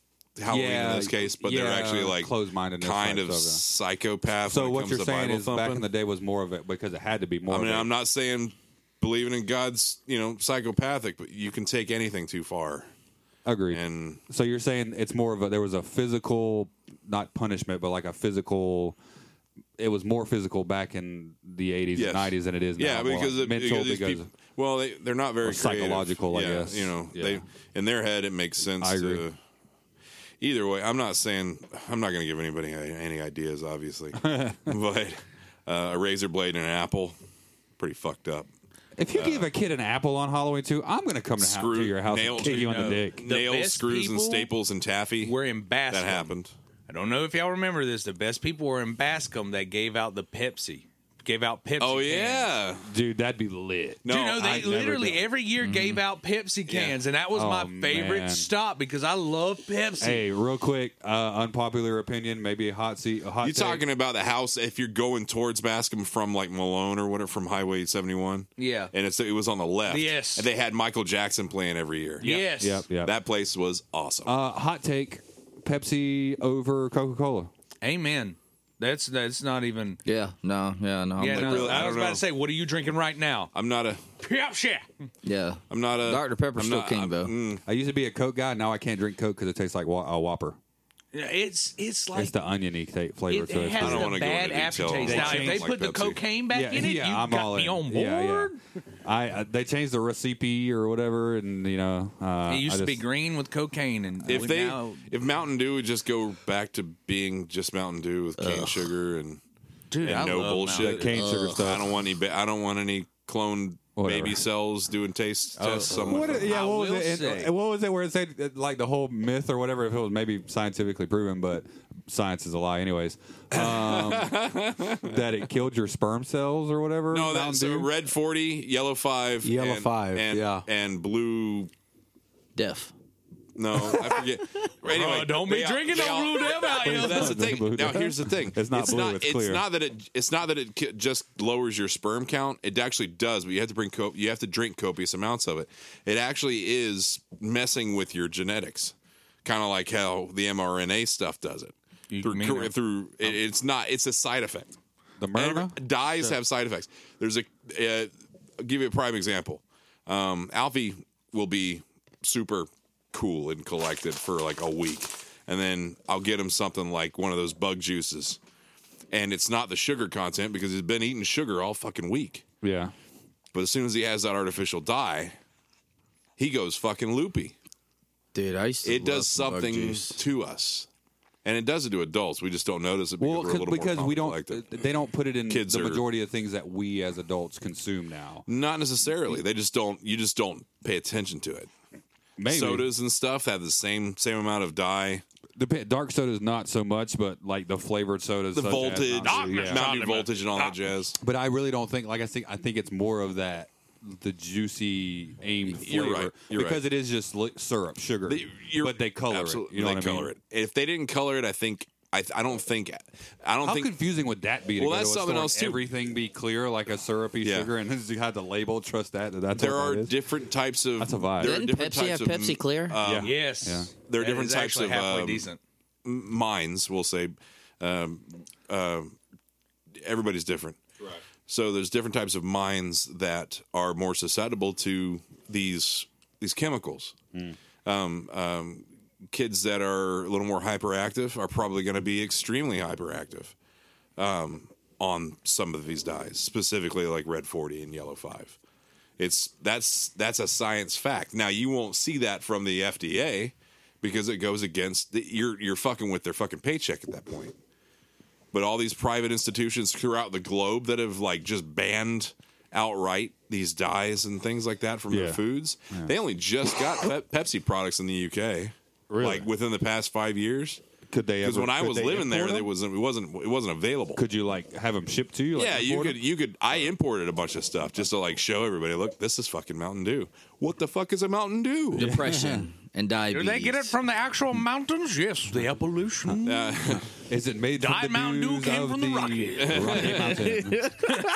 S1: Halloween
S4: Yeah,
S1: in this case, but they're
S4: yeah,
S1: actually like
S4: closed-mindedness
S1: kind
S4: type
S1: of
S4: stuff, yeah.
S1: psychopath.
S4: So
S1: when it
S4: what
S1: comes
S4: you're
S1: to
S4: saying
S1: Bible
S4: is back in
S1: thumping.
S4: the day was more of it because it had to be more.
S1: I mean,
S4: of it.
S1: I'm not saying believing in God's, you know, psychopathic, but you can take anything too far.
S4: agreed.
S1: And
S4: so you're saying it's more of a there was a physical, not punishment, but like a physical. It was more physical back in the 80s
S1: Yes.
S4: and 90s than it is now.
S1: yeah,
S4: More
S1: because,
S4: like
S1: it,
S4: mental
S1: because, these people- well, they they're not very
S4: Or
S1: creative.
S4: psychological, I
S1: Yeah,
S4: guess.
S1: You know,
S4: Yeah.
S1: they in their head it makes sense.
S4: I agree.
S1: To, either way, I'm not saying I'm not going to give anybody a- any ideas, obviously, but uh, a razor blade and an apple, pretty fucked up.
S4: if you give a kid an apple on Halloween too, I'm going to come to,
S1: Screw
S4: to your house
S1: nail- uh,
S4: and kick you in the
S3: no.
S4: dick.
S3: The
S1: Nails,
S3: best
S1: screws, and
S3: people
S1: staples and taffy.
S3: We're in Bascom.
S1: that happened.
S3: I don't know if y'all remember this. The best people were in Bascom that gave out the Pepsi. Gave out Pepsi.
S1: Oh
S3: cans.
S1: yeah,
S4: Dude, that'd be lit.
S1: no,
S3: Dude, no, they
S1: I-
S3: literally every year gave out Pepsi cans, and that was
S4: Mm-hmm. Oh,
S3: my favorite
S4: man.
S3: stop because I love Pepsi.
S4: Hey, real quick, uh, unpopular opinion, maybe a hot seat. A hot
S1: You
S4: take.
S1: talking about the house if you're going towards Bascom from like Malone or whatever from Highway 71?
S3: Yeah.
S1: and it's it was on the left.
S3: Yes.
S1: and they had Michael Jackson playing every year.
S3: Yes.
S4: Yep, yep.
S1: that place was awesome.
S4: Uh, hot take: Pepsi over Coca Cola.
S3: Amen. That's that's not even.
S2: Yeah, no, yeah, no. I'm
S3: Yeah,
S2: with
S3: no,
S2: that.
S1: really- I
S3: I
S1: don't
S3: was about
S1: know.
S3: to say, what are you drinking right now?
S1: I'm not a,
S3: Pepsi.
S2: yeah.
S1: I'm not a
S2: Dr. Pepper's
S1: Uh, I'm
S2: still
S1: not-
S2: king,
S1: I'm-
S2: though.
S1: mm,
S4: I used to be a Coke guy. Now I can't drink Coke because it tastes like wa- a Whopper.
S3: It's it's like
S4: It's the oniony ta- flavor
S3: it
S4: to it.
S1: I
S3: has
S1: don't
S3: the
S1: wanna go
S3: bad
S1: into detail.
S3: aftertaste.
S1: They
S3: Now, if
S1: changed
S3: they
S1: like
S3: put the
S1: Pepsi.
S3: cocaine back in it, you
S4: I'm
S3: got
S4: all
S3: me
S4: in.
S3: on board.
S4: Yeah, yeah. I uh, they changed the recipe or whatever, and you know, uh,
S3: It used
S4: I
S3: to be
S4: just-
S3: green with cocaine, and
S1: If
S3: we
S1: they
S3: now,
S1: if Mountain Dew would just go back to being just Mountain Dew with cane sugar and
S3: dude,
S1: and
S3: I
S1: no
S3: love
S1: bullshit
S3: Mountain Dew.
S4: cane sugar stuff.
S1: I don't want any ba- I don't want any cloned
S4: Whatever.
S1: baby cells doing taste tests. somewhere.
S4: What, yeah,
S3: I
S4: what
S3: will
S4: was it?
S3: say-
S4: And, what was it where it said uh, like the whole myth or whatever? If it was maybe scientifically proven, but science is a lie, anyways. Um, that it killed your sperm cells or whatever.
S1: No,
S4: Mountain
S1: that's so
S4: Dew?
S1: red forty, yellow five,
S5: Yellow
S1: and,
S5: five,
S1: and,
S5: yeah.
S1: and blue.
S2: Deaf.
S1: No, I forget. anyway,
S3: Uh, don't be
S1: they all-
S3: drinking
S1: they
S3: no
S1: all-
S3: Blue Dev out
S1: But
S3: here.
S1: That's the thing. Now here's the thing.
S4: It's not blue, it's clear.
S1: not that it. It's not that it ki- just lowers your sperm count. It actually does, but you have to bring. Co- you have to drink copious amounts of it. It actually is messing with your genetics, kind of like how the mRNA stuff does it. through
S3: mean
S1: cor-
S3: it- Oh.
S1: through it, it's not. It's a side effect.
S4: the murder.
S1: Every- dyes have side effects. There's a uh, I'll give you a prime example. Um, Alfie will be super cool and collected for like a week, and then I'll get him something like one of those bug juices, and it's not the sugar content because he's been eating sugar all fucking week.
S4: Yeah.
S1: But as soon as he has that artificial dye, he goes fucking loopy.
S2: Dude, I used to
S1: It
S2: love
S1: does
S2: bug
S1: something
S2: juice.
S1: to us. And it does it to adults. We just don't notice it because
S4: Well,
S1: we're a
S4: cause,
S1: little
S4: because
S1: more
S4: we don't, uh,
S1: collected.
S4: they don't put it in
S1: Kids
S4: the
S1: are-
S4: majority of things that we as adults consume now.
S1: Not necessarily. They just don't. You just don't pay attention to it.
S4: Maybe
S1: Sodas and stuff have the same same amount of dye.
S4: Dep- dark sodas not so much, but like the flavored sodas,
S1: The
S4: such as
S1: voltage,
S4: Mountain Dew, yeah.
S1: Mountain Dew voltage, and all that jazz.
S4: But I really don't think, like I think, I think it's more of that the juicy aimed
S1: You're
S4: flavor
S1: right, you're
S4: because
S1: right.
S4: it is just li- syrup, sugar,
S1: They- you're-
S4: but they color
S1: absolutely,
S4: it. You know
S1: they
S4: what
S1: color
S4: I mean?
S1: it. If they didn't color it, I think I. I don't think. I don't
S4: How
S1: think.
S4: confusing would that be? To
S1: Well,
S4: go
S1: that's
S4: to a
S1: something
S4: store and
S1: else, too.
S4: Everything be clear like a syrupy
S1: Yeah.
S4: sugar, and then you had the label. Trust that. that that's
S1: there
S4: what
S1: are
S4: that is.
S1: different types of.
S4: That's a vibe.
S1: There are
S2: Didn't
S1: different
S2: Pepsi
S1: types
S2: have
S1: of m- uh,
S2: Pepsi Clear?
S4: Yeah.
S3: Yes,
S4: Yeah.
S1: There are
S3: That
S1: different
S3: is
S1: types
S3: actually
S1: of,
S3: halfway
S1: um,
S3: decent.
S1: minds, we'll say. Um, uh, everybody's different. Right. So there's different types of minds that are more susceptible to these these chemicals. Um, um, kids that are a little more hyperactive are probably going to be extremely hyperactive um, on some of these dyes, specifically like red forty and yellow five. It's that's that's a science fact. Now you won't see that from the FDA because it goes against the, you're you're fucking with their fucking paycheck at that point. But all these private institutions throughout the globe that have like just banned outright these dyes and things like that from
S4: Yeah.
S1: their foods, they only just got pe- Pepsi products in the UK,
S4: Really?
S1: like within the past five years.
S4: Could they?
S1: Because
S4: ever-
S1: when I
S4: could
S1: was
S4: they
S1: living there,
S4: import
S1: it
S4: them?
S1: wasn't it wasn't it wasn't available.
S4: Could you like have them shipped to you? Like
S1: Yeah, you
S4: import
S1: could.
S4: 'em?
S1: You could. I imported a bunch of stuff just to like show everybody. Look, this is fucking Mountain Dew. What the fuck is a Mountain Dew?
S2: Depression and
S3: Do
S2: diabetes.
S3: they get it from the actual mountains? Yes, the evolution.
S1: Uh,
S4: Is it made
S3: Died
S4: from the
S3: Mountain Dew
S4: dews
S3: came
S4: of
S3: from the Rockies.
S4: Rocky Mountain?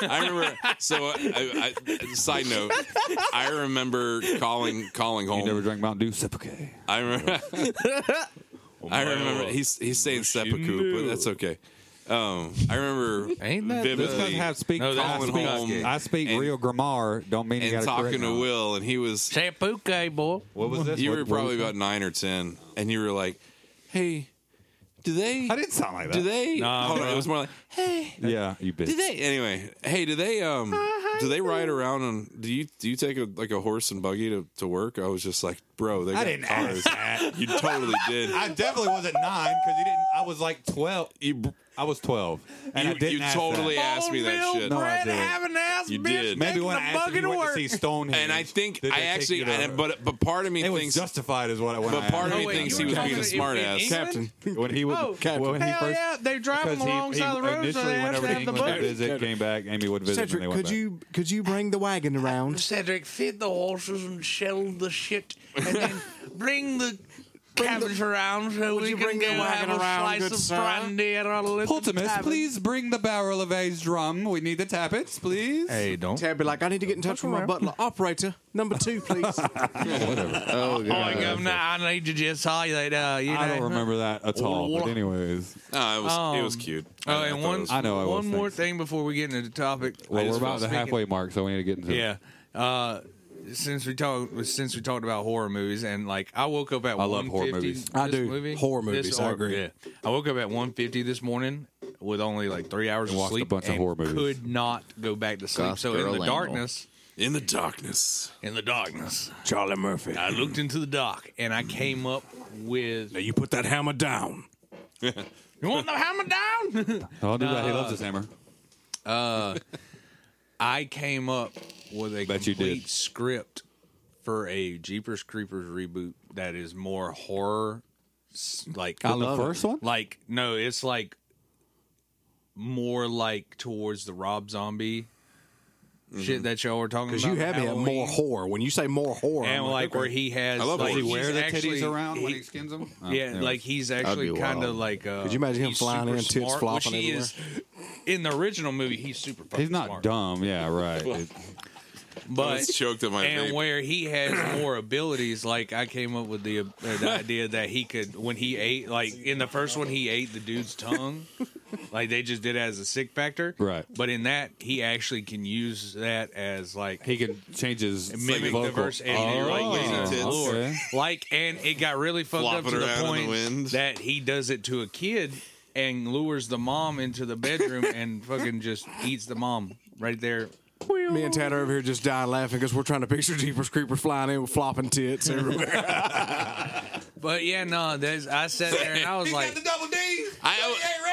S1: I remember. So, uh, I, I, side note, I remember calling calling
S4: You never
S1: home.
S4: drank Mountain Dew? It's okay.
S1: I remember. I remember he's he's saying seppuku, but that's okay. Um, I remember
S3: Ain't that the-
S4: This doesn't
S1: vividly
S4: have speak.
S3: No,
S4: I
S3: that's
S4: speak,
S1: Colin Holm.
S4: I speak
S1: And-
S4: real grammar. Don't mean you
S1: and
S4: got
S1: talking to Will, and he was
S3: Sampuke, boy.
S4: What was this?
S1: you
S4: What-
S1: were
S4: what was
S1: probably
S4: that?
S1: about nine or ten, and you were like, "Hey, do they?
S4: I didn't sound like that.
S1: do they?
S3: No,
S1: hold on,
S3: no.
S1: It was more like, "Hey,
S4: Yeah, you
S1: do
S4: bitch.
S1: they? Anyway, hey, do they? Um, do they ride around on? Do you do you take a like a horse and buggy to, to work? I was just like, bro, they got
S4: I didn't
S1: cars.
S4: ask that.
S1: You totally did.
S4: I definitely wasn't nine because you didn't. I was like twelve.
S1: you
S4: I was twelve, and
S1: you,
S4: I didn't
S1: you
S4: ask
S1: totally
S4: that.
S1: asked me that shit.
S4: No, I
S3: Brad
S4: didn't.
S3: have an ass
S1: You
S3: bitch.
S1: did.
S4: Maybe when I
S3: taking a
S4: asked if
S3: buggy
S4: you
S3: to
S4: went
S3: work.
S4: to see Stonehenge,
S1: and I think
S4: did
S1: I
S4: they take
S1: actually,
S4: you to-
S1: and- but but part of me
S4: it was
S1: thinks
S4: justified, is what I when
S1: But
S4: I
S1: part of
S4: asked
S1: me
S4: that.
S1: thinks he
S3: you
S1: was
S3: were
S1: being a
S3: talking in- in
S1: smartass.
S3: England?
S4: when he was
S3: Oh,
S4: Captain. when he
S3: Hell
S4: first
S3: yeah, they drive
S4: because
S3: them
S4: he,
S3: along
S4: he
S3: side of the road, so
S4: initially
S3: they have to
S4: whenever
S3: have the
S4: England would
S3: buggy.
S4: visit came back, Amy would visit. when they
S5: Cedric,
S4: went
S5: could
S4: back.
S5: you could you bring the wagon around?
S3: Cedric, feed the horses and shell the shit, and then bring the cabbage around so we
S5: you
S3: can
S5: bring the
S3: go have
S5: wagon
S3: a
S5: around,
S3: slice
S5: good
S3: of
S5: sir?
S3: brandy and a little
S4: Pultimus,
S3: tavern.
S4: please bring the barrel of A's drum. We need the tappets, please.
S3: Hey, don't.
S5: Tab be like, I need to get in touch with my butler operator number two, please.
S3: Oh, Governor, I need to just highlight, uh, you know.
S4: I don't remember that at all. But anyways,
S1: No, it was it was
S3: Um,
S1: cute.
S3: Oh,
S1: I- I
S3: and
S1: thought it
S3: one,
S1: was-
S4: I know I was,
S3: one more
S4: thanks.
S3: thing before we get into the topic.
S4: well, we're
S1: just
S4: about
S1: felt
S4: the
S1: speaking-
S4: halfway mark, so we need to get into it.
S3: Yeah. Uh, since we talked, since we talked about horror movies, and like I woke up at
S4: I love
S3: 1:50
S4: horror movies.
S3: This
S5: I do.
S3: movie,
S5: Horror
S3: This
S5: movies, I agree.
S3: yeah. I woke up at 1:50 this morning with only like three hours of
S4: watched a
S3: sleep.
S4: bunch of
S3: and
S4: horror movies.
S3: Could not go back to sleep.
S2: Goth
S3: so in
S2: girl
S3: the
S2: angle.
S3: darkness,
S1: in the darkness.
S3: in the darkness,
S5: Charlie Murphy.
S3: I looked into the dark and I came up with.
S5: Now you put that hammer down.
S3: You want the hammer down?
S4: I'll do that. He loves
S3: Uh,
S4: this hammer.
S3: I came up with a
S4: Bet you
S3: complete
S4: did.
S3: script for a Jeepers Creepers reboot that is more horror, s- like
S5: I love
S4: the
S5: it.
S4: first one.
S3: like no, it's like more like towards the Rob Zombie
S4: Mm-hmm.
S3: shit that y'all were talking about.
S5: Because you have me at
S3: Halloween.
S5: more whore. When you say more whore, I'm
S3: and like where he has
S1: I love
S3: like
S1: horror.
S3: he's
S1: Wear
S4: Wear the
S3: actually-
S4: titties around when
S3: he-
S4: he skins them.
S3: yeah, like he's actually kind of like. Uh,
S5: Could you imagine him
S3: he's
S5: flying
S3: super
S5: in, tits
S3: smart,
S5: flopping
S3: which he is- in the original movie, he's super. fucking
S4: He's not
S3: smart.
S4: dumb. Yeah, right. It-
S1: I
S3: but
S1: was choked at my
S3: and
S1: vape.
S3: where he has more abilities like i came up with the, uh, the idea that he could when he ate like in the first one he ate the dude's tongue like they just did it as a sick factor
S4: Right.
S3: but in that he actually can use that as like
S4: he can change his
S3: mimic
S4: vocal.
S3: the verse and
S4: Oh,
S3: do, like
S1: yeah.
S3: lazy tits.
S4: okay.
S3: Lord. like and it got really fucked up
S1: Flopping
S3: to the
S1: around in the
S3: point
S1: wind.
S3: that he does it to a kid and lures the mom into the bedroom and fucking just eats the mom right there
S5: me and Tad are over here just die laughing because we're trying to picture Jeepers Creepers flying in with flopping tits everywhere.
S3: but yeah no there's i sat there and i was like
S4: double D.
S1: I,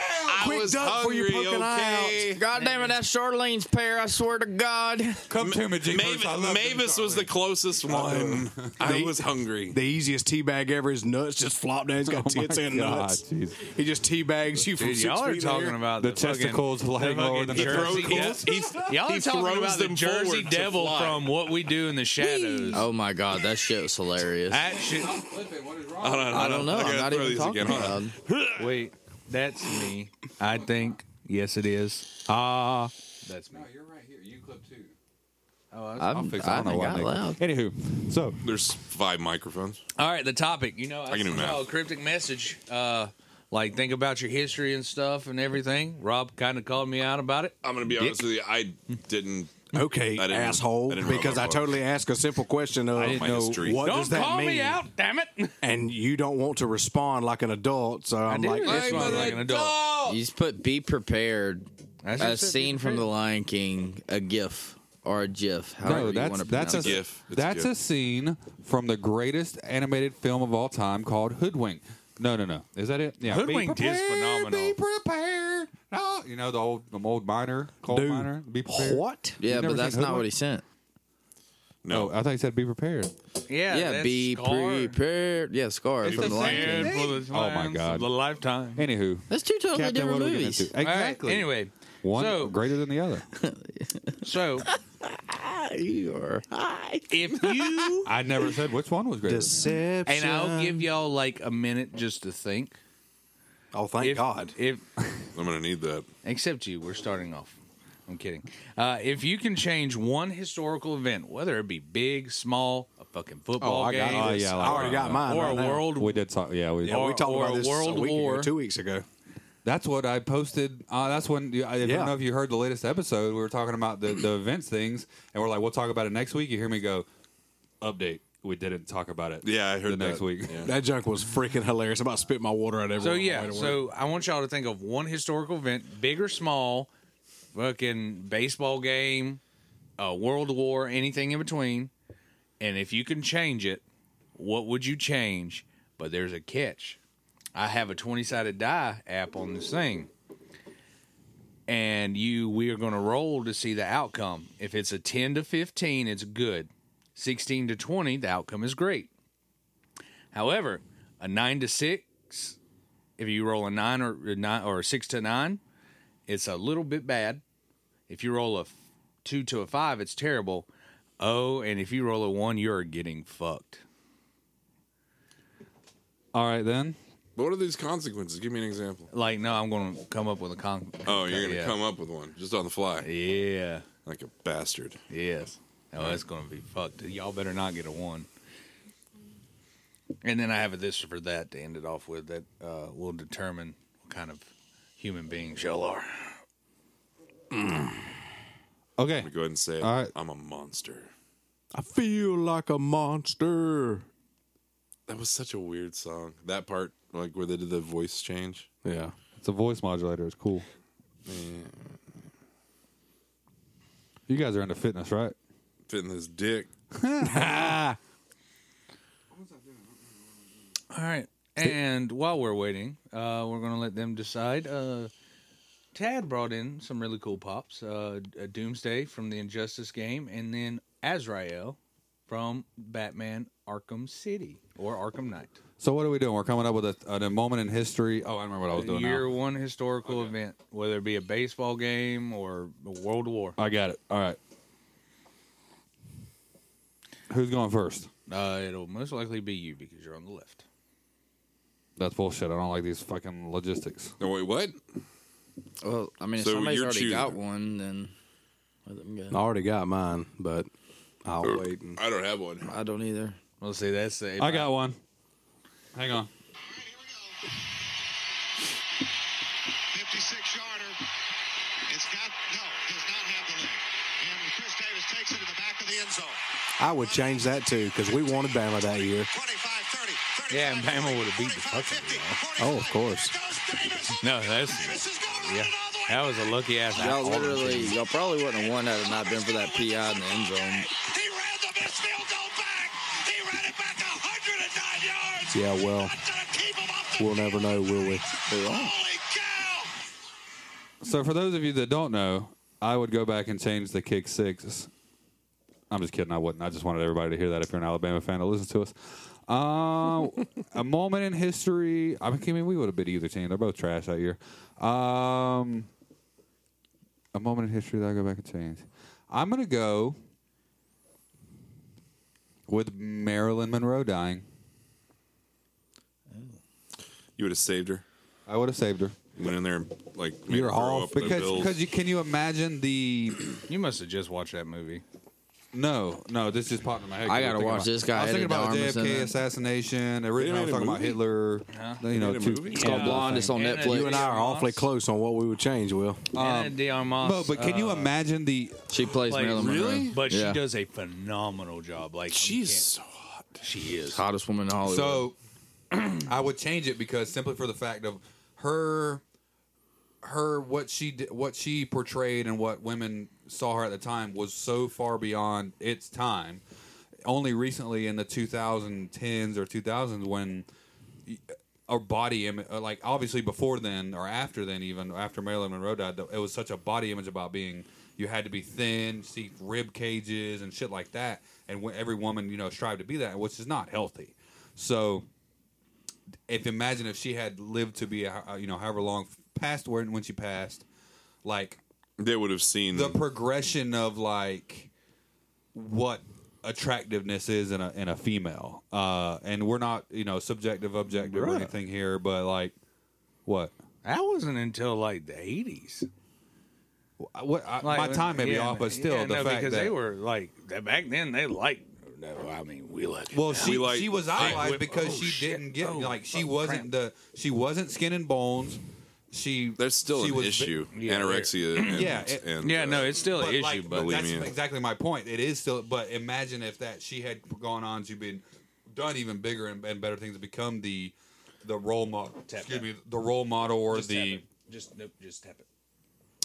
S1: I
S5: Quick
S1: was
S5: duck before you
S1: hungry.
S5: poking
S1: okay.
S2: God damn it, that's Charlene's pair. I swear to God.
S4: Come to me, Jeepers.
S1: Mavis,
S4: I love them,
S1: Mavis was the
S4: darling.
S1: closest one. I was hungry.
S5: the easiest teabag ever. His nuts just flop down. He's got
S4: Oh my
S5: tits and
S4: God,
S5: nuts.
S4: jeez.
S5: He just teabags you from
S3: Dude,
S5: six
S3: y'all are
S5: feet in the
S3: talking
S5: air.
S3: about
S4: The
S3: the, fucking-
S4: testicles lying
S3: fucking
S4: lower than the
S3: Jersey
S1: testicles?
S3: De- y'all are
S1: he
S3: talking
S1: throws
S3: about the
S1: them
S3: Jersey
S1: forward to
S3: Devil
S1: fly.
S3: from What We Do in the Shadows.
S2: Oh my God, that shit was hilarious.
S3: That shit.
S1: Hold on, hold
S2: I don't know.
S1: on. I
S2: I'm
S1: gotta
S2: not
S1: throw
S2: even
S1: these
S2: talking
S1: again. Hold
S2: about
S1: on.
S2: it.
S3: Wait, that's me. I think. Yes, it is. Ah, that's me.
S4: You're right here. You clip too.
S2: I'm,
S4: I'll
S2: i
S4: fix it. I don't know
S2: think
S4: why.
S2: I
S4: Nick-
S2: loud.
S4: Anywho, so
S1: There's five microphones.
S3: All right, the topic. You know, I,
S1: can do
S3: saw
S1: math.
S3: a cryptic message. Uh, like think about your history and stuff and everything. Rob kind of called me out about it.
S1: I'm gonna be honest with you. I didn't.
S5: Okay,
S1: I didn't-
S5: asshole.
S1: I didn't roll
S5: because
S1: my
S5: I
S1: books.
S5: totally asked a simple question of
S1: didn't know- history.
S5: what
S3: Don't
S5: does that
S3: call
S5: mean,
S3: me out, damn it!
S5: and you don't want to respond like an adult. So I'm
S3: did
S5: like,
S3: respond. This one's like an adult.
S2: You just put be prepared.
S3: That's
S2: A
S3: just it.
S2: scene from The Lion King, a GIF or a GIF. However
S4: no,
S2: you
S4: that's
S2: want to
S4: that's a,
S2: pronounce it.
S1: GIF. It's a
S4: that's
S1: GIF.
S4: a scene from the greatest animated film of all time called Hoodwink. No, no, no. Is that it? Yeah. Be
S3: Hoodwinked is
S4: prepared,
S3: phenomenal.
S4: Be prepared. No, you know the old the old miner, coal
S5: Dude,
S4: miner. Be prepared.
S5: what?
S2: Yeah,
S4: You've never
S2: but that's
S4: seen
S2: not
S4: Hoodwink?
S2: what he sent.
S4: No,
S1: No,
S4: I thought he said be prepared.
S3: Yeah,
S2: Yeah,
S3: that's
S2: be
S3: Scar.
S2: prepared. Yeah, Scar
S4: It's
S2: from
S4: the
S2: The Lion
S4: same
S2: King.
S4: thing.
S3: for the
S4: Oh, my
S3: plans
S4: God.
S3: of the lifetime.
S4: Anywho,
S2: That's two totally
S4: Captain,
S2: different
S4: what are we
S2: movies.
S4: getting into? Exactly.
S3: All right, anyway,
S4: one
S3: so-
S4: greater than the other.
S3: so
S2: Ah, you are high.
S3: if you
S4: I never said which one was greater.
S5: Deception.
S3: and I'll give y'all like a minute just to think.
S5: Oh, thank
S3: if,
S5: God.
S3: If
S1: I'm gonna need that.
S3: except you, we're starting off. I'm kidding. Uh, if you can change one historical event, whether it be big, small, a fucking football
S5: I
S3: game,
S5: got
S4: Oh,
S5: this.
S4: yeah, like-
S5: I already got mine.
S3: or
S5: right
S3: a
S5: now.
S3: world
S4: We did talk. Yeah, we.
S5: Yeah, we
S3: or-
S5: talked
S3: or
S5: about
S3: a
S5: this
S3: world
S5: a week ago,
S3: war.
S5: two weeks ago.
S4: That's what I posted. Uh, that's when I I
S5: Yeah.
S4: don't know if you heard the latest episode. We were talking about the, the events things, and we're like, we'll talk about it next week. You hear me go, update. We didn't talk about it.
S1: Yeah, I heard
S4: the next
S1: that.
S4: week.
S1: Yeah.
S5: That junk was freaking hilarious. I about spit my water out everywhere.
S3: So
S5: on the way
S3: yeah,
S5: to work.
S3: so I want y'all to think of one historical event, big or small, fucking baseball game, a world war, anything in between, and if you can change it, what would you change? But there's a catch. I have a 20-sided die app on this thing. And you we are going to roll to see the outcome. If it's a 10 to 15, it's good. 16 to 20, the outcome is great. However, a 9 to 6 if you roll a nine or a nine or a six to nine, it's a little bit bad. If you roll a f- two to a five, it's terrible. Oh, and if you roll a one, you're getting fucked.
S4: All right, then.
S1: What are these consequences? Give me an example.
S3: Like, no, I'm going to come up with a con.
S1: Oh, you're gonna
S3: yeah.
S1: come up with one just on the fly,
S3: Yeah.
S1: like a bastard.
S3: Yes. Oh, it's going to be fucked. Y'all better not get a one. And then I have a this for that to end it off with that uh, will determine what kind of human beings y'all are.
S4: Okay.
S1: Go ahead and say it.
S4: All right.
S1: I'm a monster.
S5: I feel like a monster.
S1: That was such a weird song. That part, like where they did the voice change.
S5: Yeah.
S4: It's a voice modulator. It's cool. You guys are into fitness, right?
S1: Fitting his dick.
S3: All right. And while we're waiting, uh, we're going to let them decide. Uh, Tad brought in some really cool pops uh, D- uh, Doomsday from the Injustice game, and then Azrael from Batman Arkham City or Arkham Knight.
S4: So what are we doing? We're coming up with a, a moment in history. Oh, I remember what I was doing. now.
S3: Year one historical event, whether it be a baseball game or a world war.
S4: I got it. All right. Who's going first?
S3: Uh, it'll most likely be you because you're on the left.
S4: That's bullshit. I don't like these fucking logistics.
S1: No, wait, what?
S2: Well, I mean, if
S1: So
S2: somebody's
S1: you're
S2: already got
S1: choosing.
S2: one, then let them
S5: I
S2: go.
S5: already got mine, but I'll wait. And,
S1: I don't have one.
S2: I don't either.
S3: Well, see, that's the.
S4: I got one. Hang on.
S7: 56 yarder. It's got, no, does not have the leg. And Chris Davis takes it to the back of the end zone.
S5: I would change that too because we wanted Bama that year.
S7: 25, 30, 35,
S3: Yeah, and Bama would've beat the
S7: 45,
S3: fuck out of them.
S5: Oh,
S7: 50, 45.
S5: of course.
S7: There goes Davis. Oh,
S3: No,
S7: my God,
S3: that's-
S7: Davis is gonna run
S3: Yeah.
S7: it all the way
S3: That was a lucky ass.
S2: Y'all
S3: out.
S2: literally, y'all probably wouldn't have won had it not been for that PI in the end zone.
S7: He ran the miss field goal back. He ran it back 109 yards.
S5: Yeah, well,
S7: Not gonna keep him off the
S5: we'll never know, will we?
S7: Holy cow!
S4: So for those of you that don't know, I would go back and change the kick six. I'm just kidding. I wouldn't. I just wanted everybody to hear that. If you're an Alabama fan, to listen to us. Uh, a moment in history. I mean, I mean, we would have been either team. They're both trash that year. Um, a moment in history that I go back and change. I'm gonna go with Marilyn Monroe dying.
S1: You would have saved her.
S4: I would have saved her.
S1: Went in there and like made her
S4: You're
S1: grow
S4: off
S1: up with the
S4: because
S1: bills.
S4: because you can you imagine the
S3: You must have just watched that movie.
S4: No, no, this just popped in my head.
S2: I gotta
S4: Thinking
S2: watch
S4: about-
S2: this guy
S4: I was thinking
S2: edit
S4: about the
S2: the arms in
S4: JFK
S2: it.
S4: assassination. Originally, I was
S1: made a
S4: talking about
S1: movie?
S4: Hitler. You know,
S1: made a
S4: two-
S1: movie?
S4: it's
S2: Called
S4: called Blonde.
S2: Blonde. It's on
S3: And-
S2: Netflix.
S5: You and I are awfully close on what we would change, Will.
S3: Anna de Armas.
S4: No, Um, but can you
S3: uh,
S4: imagine the?
S2: She plays
S3: plays-
S2: Marilyn Monroe.
S1: Really?
S3: But
S2: Yeah.
S3: she does a phenomenal job. Like you
S1: she's so hot.
S3: can't- she is.
S2: Hottest woman in Hollywood.
S4: So, I would change it because simply for the fact of her, her what she did, what she portrayed and what women saw her at the time was so far beyond its time. Only recently in the 2010s or 2000s when or body image, uh, like obviously before then or after then, even after Marilyn Monroe died, th- it was such a body image about being you had to be thin, see rib cages and shit like that, and wh- every woman you know strived to be that, which is not healthy. So, if imagine if she had lived to be uh, you know however long past when when she passed, like
S1: They would have seen
S4: the progression of like what attractiveness is in a in a female. Uh and we're not, you know, subjective objective or anything here, but like what?
S3: That wasn't until like the eighties.
S4: what, I,
S3: Like,
S4: my time may be
S3: yeah,
S4: off, but still
S3: yeah,
S4: the
S3: no,
S4: fact
S3: because
S4: that
S3: they were like that back then they liked. No, I mean we like.
S4: Well, she
S1: like-
S4: she was
S1: I
S4: idolized
S1: whip-
S4: because
S3: oh,
S4: she
S3: shit.
S4: didn't get
S3: Oh,
S4: like she
S3: oh, crap.
S4: wasn't the she wasn't skin and bones. She
S1: There's still
S4: she
S1: an
S4: was-
S1: issue.
S3: yeah,
S1: anorexia. And,
S4: Yeah, it-
S1: and,
S3: yeah,
S1: uh,
S3: no, it's still an issue,
S4: like,
S3: but
S4: that's
S1: bulimia.
S4: exactly my point. It is still, but imagine if that she had gone on to been done even bigger and, and better things, become the the role model.
S3: Tap
S4: Excuse
S3: that.
S4: me, the role model or
S3: just
S4: the
S3: tap it. just nope, just tap it.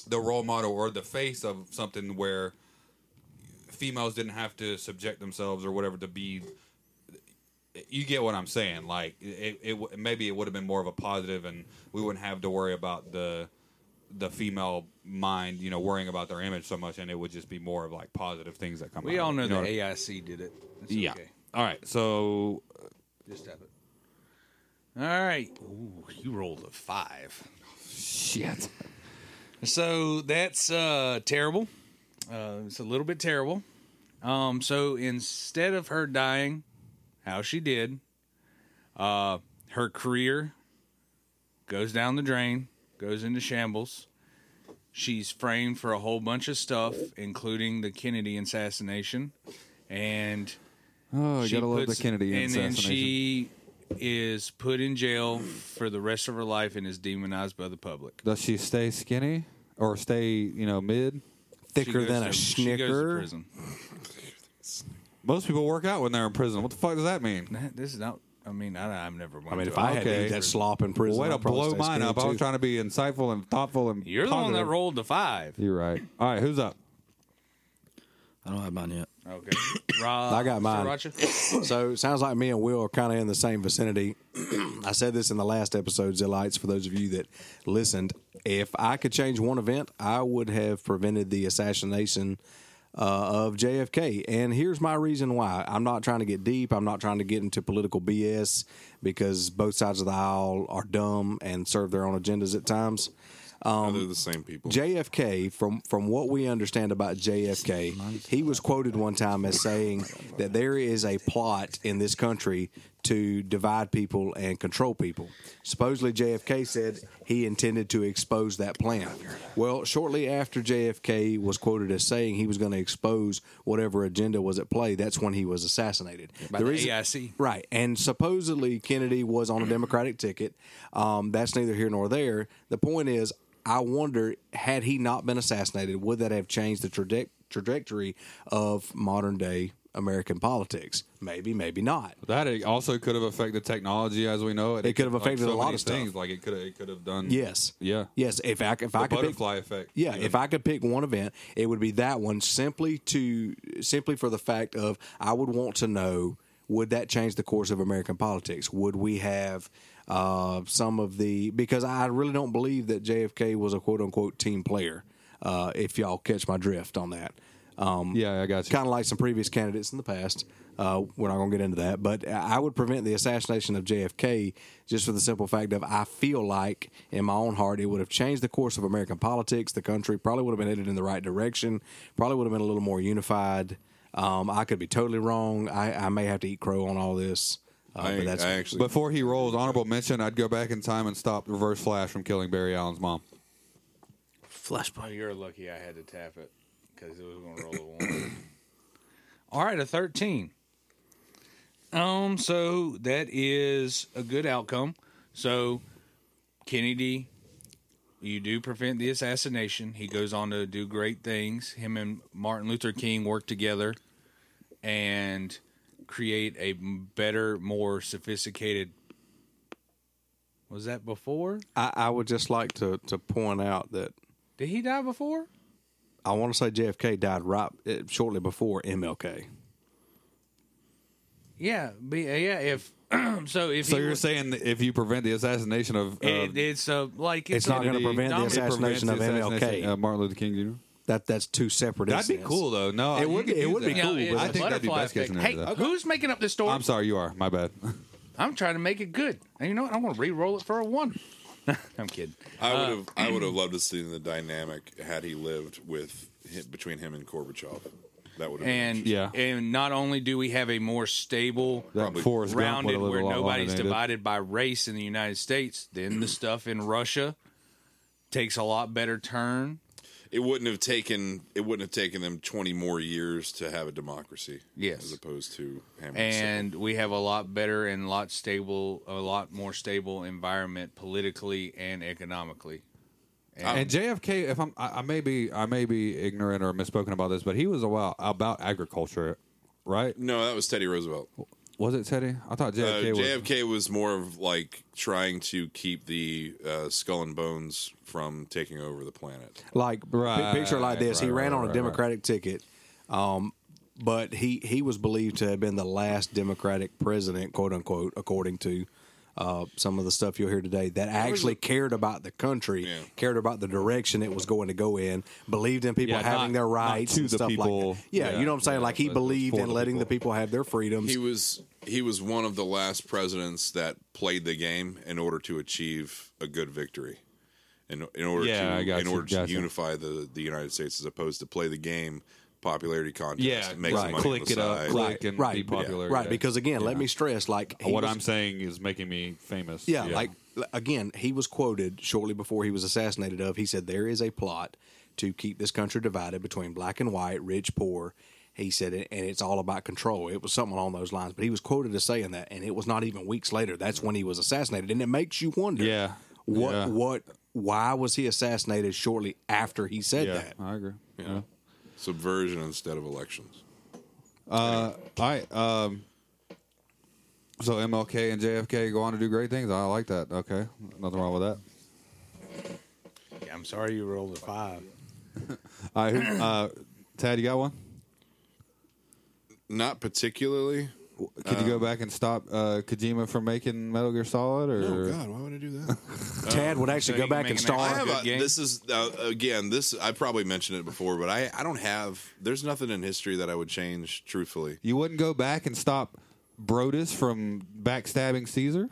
S4: the role model or the face of something where females didn't have to subject themselves or whatever to be you get what i'm saying like it, it w- maybe it would have been more of a positive and we wouldn't have to worry about the the female mind you know worrying about their image so much and it would just be more of like positive things that come
S3: We
S4: out
S3: all
S4: of it,
S3: know
S4: you what
S3: the
S4: I-
S3: AIC did it. It's
S4: yeah
S3: okay.
S4: all right so
S3: Just tap it. All right. Ooh, you rolled a five.
S4: shit
S3: So that's uh, terrible. Uh, it's a little bit terrible. Um, so instead of her dying, how she did, uh, her career goes down the drain, goes into shambles. She's framed for a whole bunch of stuff, including the Kennedy assassination, and
S4: oh
S3: she puts- and then she is put in jail for the rest of her life and is demonized by the public.
S4: does she stay skinny or stay you know mid
S3: She
S5: Thicker
S3: goes
S5: than a
S3: to- she goes to
S5: schnicker.
S3: prison.
S4: most people work out when they're in prison what the fuck does that mean
S3: Nah, This is not. I mean, I, I've never. Went
S5: I mean,
S3: to
S5: if
S3: a-
S5: I had
S4: Okay.
S5: to eat that slop in prison,
S4: Way to
S5: I'd probably
S4: blow
S5: stay
S4: mine
S5: skinny,
S4: up. I was
S5: too.
S4: trying to be insightful and thoughtful and
S3: you're the one that
S4: positive.
S3: rolled the five.
S4: You're right. All right, who's up?
S2: I don't have mine yet.
S3: Okay, Rob,
S5: I got mine.
S3: Sriracha?
S5: So it sounds like me and Will are kind of in the same vicinity. I said this in the last episode, Zillites, for those of you that listened. If I could change one event, I would have prevented the assassination uh, of JFK. And here's my reason why. I'm not trying to get deep. I'm not trying to get into political BS because both sides of the aisle are dumb and serve their own agendas at times.
S1: they're the same people.
S5: JFK, from from what we understand about JFK, he was quoted one time as saying that there is a plot in this country to divide people and control people. Supposedly, JFK said he intended to expose that plan. Well, shortly after JFK was quoted as saying he was going to expose whatever agenda was at play, that's when he was assassinated.
S3: By
S5: There
S3: the
S5: is-
S3: AIC.
S5: Right. And supposedly Kennedy was on a Democratic ticket. Um, that's neither here nor there. The point is, I wonder had he not been assassinated, would that have changed the traje- trajectory of modern day American politics? Maybe, maybe not.
S4: That also could have affected technology as we know it.
S5: It could have affected a lot
S4: many
S5: of stuff.
S4: Like it could have, it could have done.
S5: Yes.
S4: Yeah.
S5: Yes. If I, if
S4: The
S5: I could pick-
S4: butterfly effect.
S5: Yeah, if I could pick one event, it would be that one simply to simply for the fact of I would want to know would that change the course of American politics? Would we have uh, some of the because I really don't believe that JFK was a quote unquote team player. Uh, if y'all catch my drift on that, um,
S4: yeah, I got you.
S5: kind of like some previous candidates in the past. Uh, we're not going to get into that, but I would prevent the assassination of JFK just for the simple fact of I feel like in my own heart it would have changed the course of American politics. The country probably would have been headed in the right direction. Probably would have been a little more unified. Um, I could be totally wrong. I, I may have to eat crow on all this, uh,
S1: I,
S5: but that's
S1: I actually.
S4: Before he rolls honorable mention, I'd go back in time and stop Reverse Flash from killing Barry Allen's mom.
S3: Oh, you're lucky I had to tap it because it was going to roll a one. All right, a thirteen. Um, so that is a good outcome. So Kennedy, you do prevent the assassination. He goes on to do great things. Him and Martin Luther King work together and create a better, more sophisticated. Was that before?
S5: I, I would just like to to point out that
S3: Did he die before?
S5: I want to say JFK died right eh, shortly before MLK.
S3: Yeah, be, uh, yeah. If so, if
S4: So
S3: he
S4: you're um,
S3: was-
S4: saying that if you prevent the assassination of, of
S3: it, it's a like
S5: It's not going to prevent the
S3: dominant-
S4: prevents
S5: assassination of
S4: the
S5: MLK.
S4: assassination of Martin Luther King Jr.
S5: That that's two separate.
S4: That'd be
S5: incidents.
S4: cool though. No,
S5: It
S4: you
S5: would-
S4: could
S5: it
S4: use
S5: would be
S4: that.
S5: cool,
S3: it's
S5: but
S3: a
S4: I think that'd be
S3: butterfly
S4: best case
S3: effect.
S4: scenario.
S3: Hey,
S4: though.
S3: who's making up this story?
S4: I'm
S3: I'm,
S4: sorry, you are. My bad.
S3: trying to make it good, and you know what? I'm going to re-roll it for a one. I'm kidding.
S1: I would have. I
S3: uh,
S1: would have loved to see the dynamic had he lived with hi- between him and Gorbachev. That would have.
S3: And
S4: Yeah.
S3: and not only do we have a more stable,
S4: That
S1: Probably
S4: Forrest Gump
S3: rounded
S4: would've lived
S3: where
S4: a lot longer
S3: nobody's
S4: than he did.
S3: divided by race in the United States, then the stuff in Russia takes a lot better turn.
S1: it wouldn't have taken it wouldn't have taken them 20 more years to have a democracy
S3: Yes.
S1: as opposed to Hammer
S3: and we have a lot better and lot stable, a lot more stable environment politically and economically.
S4: And JFK, if I'm, I, I may be, I may be ignorant or misspoken about this, but he was a while about agriculture, right?
S1: no that was Teddy Roosevelt
S4: Was it Teddy? I thought
S1: Uh,
S4: JFK was.
S1: JFK was more of like trying to keep the uh, skull and bones from taking over the planet
S5: like pi-
S4: Right,
S5: picture like this. he
S4: right,
S5: ran
S4: right,
S5: on
S4: right,
S5: a Democratic ticket, um, but he he was believed to have been the last Democratic president, quote unquote, according to. Uh, some of the stuff you'll hear today that actually cared about the country,
S1: Yeah.
S5: cared about the direction it was going to go in, believed in people
S4: Yeah,
S5: having
S4: not-
S5: their
S4: not
S5: rights
S4: to
S5: and
S4: the
S5: stuff
S4: people.
S5: like that. Yeah,
S4: Yeah,
S5: you know what I'm saying?
S4: yeah,
S5: like he
S4: but it was
S5: believed
S4: for
S5: in
S4: the
S5: letting the
S4: people.
S5: people have their freedoms.
S1: he was he was one of the last presidents that played the game in order to achieve a good victory in, in order
S4: Yeah, I
S1: to
S4: got
S1: in
S4: you,
S1: order
S4: got
S1: to
S4: you.
S1: unify the, the United States as opposed to play the game popularity contest
S4: Yeah,
S1: make some
S5: right.
S1: money
S4: click
S1: on the
S4: it up,
S1: side.
S4: click and
S5: right,
S4: be popular.
S5: right?
S4: yeah.
S5: Because again, let me stress, like he
S4: what
S5: was-
S4: I'm saying is making me famous.
S5: Yeah, like l- again, he was quoted shortly before he was assassinated of he said there is a plot to keep this country divided between black and white, rich, poor. He said it and it's all about control. It was something along those lines, but he was quoted as saying that and it was not even weeks later. That's when he was assassinated and it makes you wonder.
S4: Yeah.
S5: What
S4: Yeah.
S5: what why was he assassinated shortly after he said
S4: yeah,
S5: that?
S4: I agree. Yeah.
S1: subversion instead of elections.
S4: Uh, all right. Um, so MLK and JFK go on to do great things. I like that. Okay, nothing wrong with that.
S3: Yeah, I'm sorry you rolled a five.
S4: All right, who, uh, Tad, you got one?
S1: Not particularly.
S4: Could you go back and stop uh, Kojima from making Metal Gear Solid? Or
S1: Oh God, why would I do that?
S5: Tad would
S3: so
S5: actually go
S3: you can
S5: back
S3: make
S5: and
S3: an
S5: star
S1: I
S3: Are
S1: have
S3: good
S1: a,
S3: game?
S1: this is uh, again this I probably mentioned it before, but I I don't have. There's nothing in history that I would change. Truthfully,
S4: you wouldn't go back and stop Brodus from backstabbing Caesar?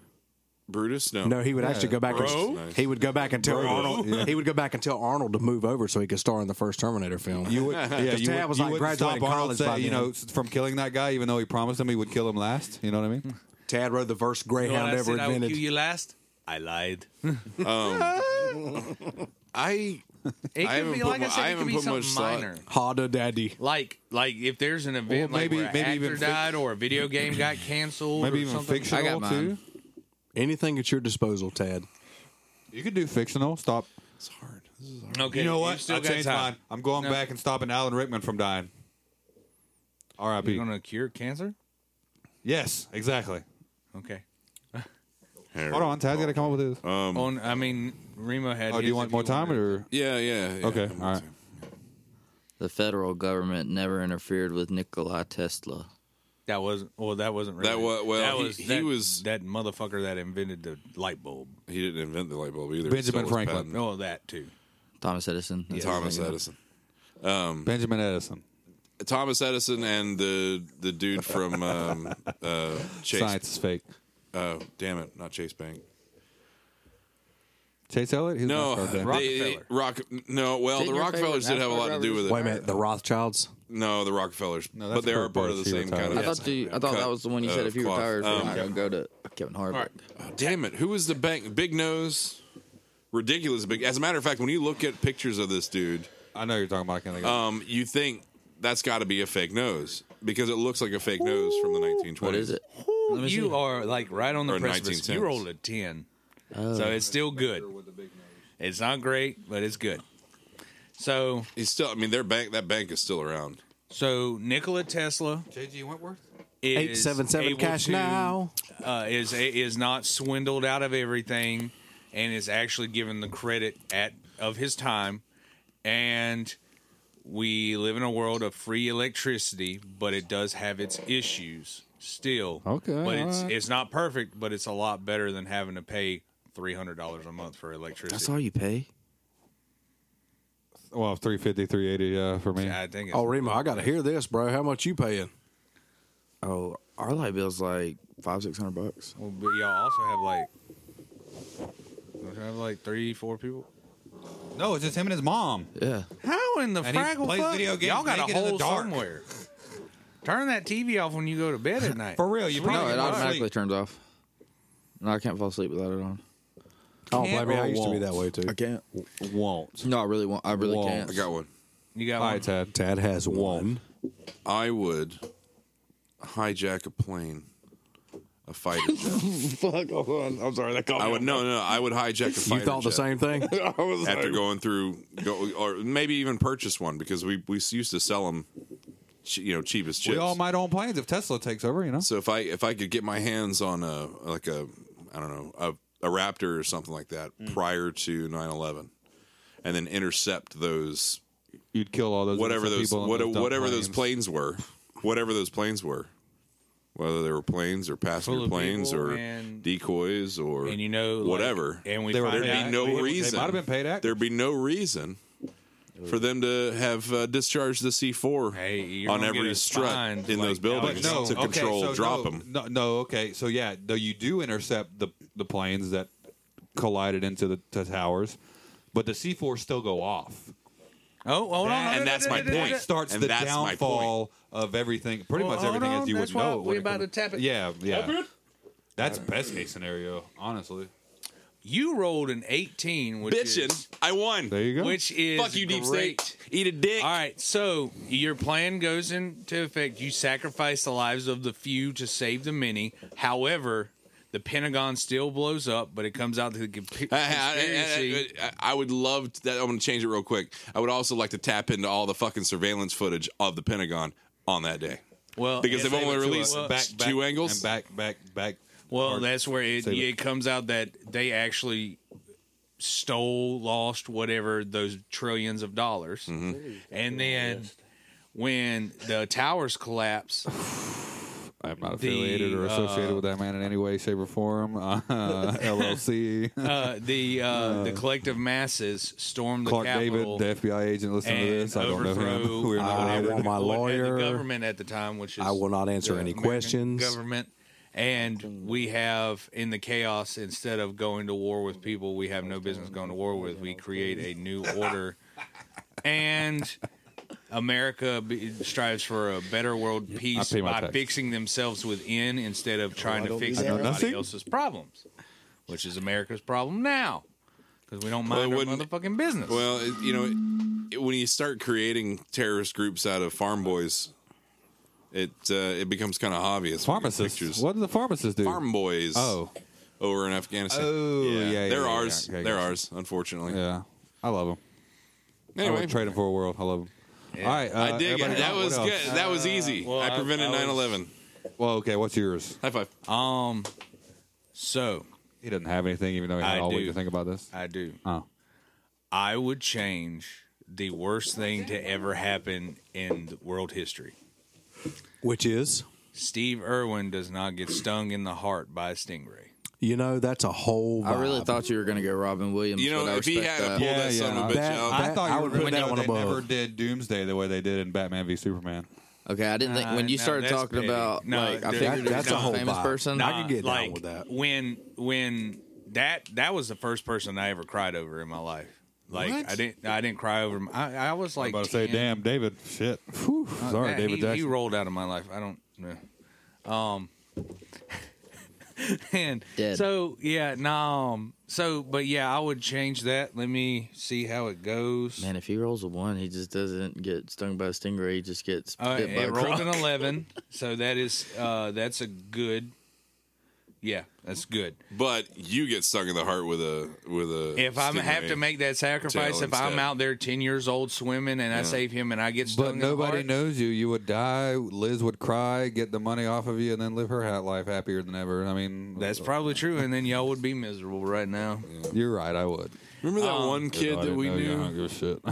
S1: Brutus, no,
S5: No, he would actually go back.
S1: Bro?
S5: And, he would go back and tell
S1: Bro.
S5: Arnold. He would go back and tell Arnold to move over so he could star in the first Terminator film.
S4: You would, yeah,
S5: Because
S4: you,
S5: Tad
S4: would,
S5: was,
S4: you
S5: like,
S4: wouldn't stop
S5: graduating
S4: Arnold
S5: college by
S4: say, you
S5: then.
S4: know s- from killing that guy, even though he promised him he would kill him last. You know what I mean?
S5: Tad rode the first Greyhound ever invented.
S3: last. I lied.
S1: I
S3: It
S1: I
S3: could
S1: haven't
S3: be
S1: put
S3: like I
S1: mu-
S3: said,
S1: I
S3: it could
S1: haven't
S3: be
S1: put
S3: something
S1: much thought-
S3: minor.
S5: Honda Daddy.
S3: Like like if there's an event
S4: Well,
S3: like
S4: maybe-
S3: where an
S4: maybe
S3: actor
S4: even fi-
S3: died or a video game got canceled,
S4: Maybe
S3: or
S4: even
S3: something. I got
S4: fictional
S3: mine.
S4: too.
S5: Anything at your disposal, Tad.
S4: You could do fictional. Stop.
S1: it's hard. This is hard.
S3: Okay,
S4: You know what?
S3: still
S4: I
S3: got
S4: changed
S3: time.
S4: mine. I'm going
S3: No.
S4: back and stopping Alan Rickman from dying. R.I.P.
S3: You're gonna cure cancer?
S4: Yes, exactly.
S3: Okay.
S4: Hold on, Tad's got to come up with his.
S1: Oh,
S3: On, I mean, Remo had.
S4: Um, oh, do
S3: his
S4: you want
S3: if
S4: more time
S3: wanted.
S4: or?
S1: Yeah, yeah. yeah.
S4: Okay,
S1: I'm with
S4: all right.
S1: you.
S2: The federal government never interfered with Nikola Tesla.
S3: That wasn't. Well, that wasn't. Really,
S1: That wa- well,
S3: that
S1: he-
S3: was
S1: he
S3: that,
S1: was-
S3: that motherfucker that invented the light bulb.
S1: He didn't invent the light bulb either. It
S4: Benjamin
S1: stole his
S4: Franklin.
S1: patent.
S3: No, that too.
S2: Thomas Edison. That's what I'm
S1: Thomas
S2: thinking of.
S1: Edison.
S4: Benjamin Edison.
S1: Thomas Edison and the the dude from um, uh, Chase.
S4: Science is fake.
S1: Uh, damn it, not Chase Bank.
S4: Chase Elliott. He's
S1: No,
S4: my star, Dan.
S1: they- they-
S3: Rockefeller.
S1: Rock. No, well,
S2: Didn't
S1: the
S2: your
S1: Rockefellers
S2: favorite
S1: did have a lot to do with it.
S5: Wait a minute, the Rothschilds?
S1: No, the Rockefellers,
S4: No, that's
S1: but they are
S4: Kurt
S1: part of the
S4: Busch. He
S1: same kind
S4: retired.
S1: of.
S2: I thought, you, I thought that was the one you said
S1: uh,
S2: if you
S1: cloth.
S2: retired,
S1: Um,
S2: you're going to go to Kevin Hart.
S1: Oh, damn it! Who was the bank? Big nose, ridiculous big. As a matter of fact, when you look at pictures of this dude,
S4: I know you're talking about. I can't think of it.
S1: um, you think that's got to be a fake nose because it looks like a fake nose from the 1920s.
S2: What is it? Let me see.
S3: You are like right on the
S1: Or
S3: precipice.
S1: 1910s.
S3: You rolled a ten,
S5: Oh.
S3: so it's still good. It's not great, but it's good. So,
S1: He's still. I mean, their bank. That bank is still around.
S3: so Nikola Tesla
S4: J.G. Wentworth.
S3: is
S5: Eight seven seven
S3: able
S5: cash
S3: to,
S5: now.
S3: Uh, is is not swindled out of everything, and is actually given the credit at of his time. And we live in a world of free electricity, but it does have its issues still.
S4: Okay,
S3: but it's
S4: alright.
S3: it's not perfect, but it's a lot better than having to pay three hundred dollars a month for electricity.
S2: That's all you pay?
S4: Well, 350, 380 uh, for me.
S3: I think. It's,
S5: Oh, Remo, I got to hear this, bro. How much you paying?
S2: Oh, our light bill's like five, six hundred bucks.
S3: Well, but y'all also have like, don't you have like three, four people.
S4: No, it's just him and his mom.
S2: Yeah.
S3: How in the
S4: And he
S3: Fraggle
S4: plays
S3: Fuck?
S4: video games
S3: Y'all got a
S4: naked in the
S3: hole
S4: dark.
S3: somewhere. Turn that TV off when you go to bed at night.
S4: For real, you
S2: No,
S4: probably
S2: it
S4: get more
S2: automatically
S4: sleep.
S2: turns off. No, I can't fall asleep without it on.
S5: Oh, I
S3: can't
S5: mean, I
S4: or
S5: used to be
S4: won't?
S5: that way too.
S4: can't. Won't.
S2: No, I really want. I really
S4: Whoa.
S2: can't.
S1: I got one.
S3: You got
S4: All
S3: one.
S4: right, Tad.
S5: Tad has one.
S1: I would hijack a plane, a fighter jet.
S2: Fuck. hold on. I'm sorry. That caught
S1: I
S2: me
S1: would
S2: off
S1: no, no. I would hijack a fighter.
S5: You thought the
S1: jet
S5: same thing?
S2: guard. I was
S1: after
S2: like,
S1: going through, go, or maybe even purchase one because we we used to sell them, you know, cheapest chips.
S4: We all might own planes if Tesla takes over, you know?
S1: So if I if I could get my hands on a like a I don't know a, a Raptor or something like that
S3: Mm.
S1: prior to 9-11 and then intercept those
S4: You'd kill all those
S1: whatever
S4: innocent
S1: those
S4: people in
S1: what,
S4: dumb
S1: whatever those
S4: planes.
S1: planes were, whatever those planes were, whether they were planes or
S3: Full
S1: passenger
S3: of
S1: planes
S3: people
S1: or
S3: and-
S1: decoys or
S3: And you know, like-
S1: whatever.
S3: and we
S4: There would
S3: find
S4: be
S3: out,
S1: There'd be no
S4: They- they
S1: reason.
S4: might have been paid actors.
S1: There'd be no reason for them to have uh, discharged the C four
S3: Hey, you're
S1: on
S3: gonna get
S1: every
S3: a
S1: strut
S3: fine,
S1: in
S3: like,
S1: those
S3: now
S1: buildings
S3: you're
S1: to control
S4: so
S1: drop
S4: no,
S1: them.
S4: No, no, okay. So yeah, though you do intercept the the planes that collided into the to towers, but the C fours still go off.
S3: Oh, hold on,
S1: And
S3: hold on,
S1: that's
S3: hold
S1: my
S3: on, hold on,
S1: point.
S3: hold on.
S4: starts
S1: And
S4: the
S1: that's my
S4: downfall of everything. Pretty
S3: Well,
S4: much
S3: hold
S4: everything
S3: on,
S4: as you
S3: that's
S4: would know.
S3: why
S4: it
S3: we
S4: when it
S3: about
S4: comes-
S3: to tap it.
S4: Yeah, yeah. That's best case scenario, honestly.
S3: You rolled an 18, which
S1: Bitchin',
S3: is
S1: I won.
S4: There you go.
S3: which is
S1: Fuck you, deep
S3: great.
S1: state. Eat a dick.
S3: All right, so your plan goes into effect. You sacrifice the lives of the few to save the many. However, the Pentagon still blows up, but it comes out to the con-
S1: I- I-
S3: conspiracy.
S1: I, I- I would love to, that. I'm going to change it real quick. I would also like to tap into all the fucking surveillance footage of the Pentagon on that day.
S3: Well,
S1: because they've
S3: yes,
S1: only
S3: they- uh,
S1: released
S3: well,
S1: back, two angles.
S4: and uh, back, back, back.
S3: Well,
S4: hard.
S3: that's where it,
S4: Save it.
S3: it comes out that they actually stole, lost whatever those trillions of dollars, and then when the towers collapse,
S4: I'm not
S3: the,
S4: affiliated or associated with that man in any way, shape, or form. Uh, LLC.
S3: uh, the uh, the collective masses storm the
S4: Clark
S3: Capitol.
S4: David, the FBI agent, listen to
S3: and
S4: this. I don't know
S3: overthrow,
S4: him. We're not
S5: I
S4: related.
S5: want my
S3: what- and
S5: lawyer.
S3: the government at the time, which is
S5: I will not answer
S3: the
S5: any
S3: American
S5: questions.
S3: Government, and we have in the chaos instead of going to war with people we have no business going to war with, we create a new order, and America be- strives for a better world peace
S4: pay my
S3: by
S4: tax.
S3: fixing themselves within instead of trying to fix
S4: Oh, do that.
S3: everybody
S4: Nothing?
S3: else's problems, which is America's problem now. Because we don't
S1: Well, it
S3: mind our
S1: wouldn't-
S3: motherfucking business.
S1: Well, it, you know, it, it- when you start creating terrorist groups out of farm boys, it uh, it becomes kind of obvious. when you get
S4: Pharmacists.
S1: pictures.
S4: What do the pharmacists do?
S1: farm boys?
S4: Oh.
S1: over in Afghanistan.
S4: Oh, yeah, yeah,
S1: they're
S4: yeah,
S1: ours.
S4: yeah, okay,
S1: they're
S4: gotcha.
S1: ours. Unfortunately.
S4: Yeah. I love them. I
S1: Anyway,
S4: would trade them for a world. I love them. All right. Uh,
S1: I dig it.
S4: everybody
S1: That
S4: got- what
S1: was
S4: else?
S1: good. that was easy.
S3: well,
S1: I
S3: I-
S1: prevented
S3: I was-
S1: 9/11.
S4: Well, okay. What's yours?
S1: High five.
S3: Um, so
S4: He doesn't have anything, even though he had
S3: I
S4: all week
S3: do.
S4: to think about this.
S3: I do.
S4: Oh.
S3: I would change the worst thing to ever happen in world history.
S5: Which is,
S3: Steve Irwin does not get stung in the heart by a stingray.
S5: you know, that's a whole.
S2: I really
S5: vibe.
S2: thought you were gonna go Robin Williams.
S1: You know,
S2: but I
S1: if he
S2: respect
S1: had
S2: that.
S1: pulled that son of a bitch
S5: That-
S1: out,
S5: that-
S4: I thought
S5: I
S4: you were
S5: would put
S4: going
S5: that
S4: to
S5: one
S4: they
S5: above.
S4: never did Doomsday the way they did in Batman v Superman.
S2: Okay, I didn't think
S3: Nah,
S2: when you
S3: no,
S2: started
S3: that's
S2: talking
S3: petty.
S2: about
S3: No,
S2: like I
S3: dude,
S2: figured
S5: that- that's
S2: it
S5: a
S2: was
S5: whole
S2: a famous
S5: vibe.
S2: person.
S5: I could get down
S3: like
S5: with that.
S3: when when that that was the first person I ever cried over in my life. Like
S1: What?
S3: I didn't I didn't cry over. him. I, I was like
S4: I'm about to say,
S3: 10.
S4: damn, David. Shit. Whew. Sorry,
S3: Yeah,
S4: David
S3: he,
S4: Jackson.
S3: He rolled out of my life. I don't know. Um, and
S2: Dead.
S3: so yeah, no. um, so, but yeah, I would change that. Let me see how it goes.
S2: Man, if he rolls a one, he just doesn't get stung by a stingray. He just gets
S3: Uh,
S2: bit by
S3: it
S2: a
S3: rolled
S2: rolled
S3: an eleven, so that is uh, that's a good. Yeah, that's good.
S1: but you get stung in the heart with a with a.
S3: If I have
S1: stingray.
S3: to make that sacrifice,
S1: Tail
S3: if I'm
S1: instead.
S3: out there ten years old swimming and I save him and I get stung,
S4: But
S3: in the
S4: nobody
S3: heart,
S4: knows you. You would die. Liz would cry, get the money off of you, and then live her hat life happier than ever. I mean,
S3: That's probably true, and then y'all would be miserable right now.
S4: you're right. I would.
S1: remember that one kid
S4: I
S1: that
S4: didn't
S1: we
S4: know you
S1: knew.
S4: hung or shit.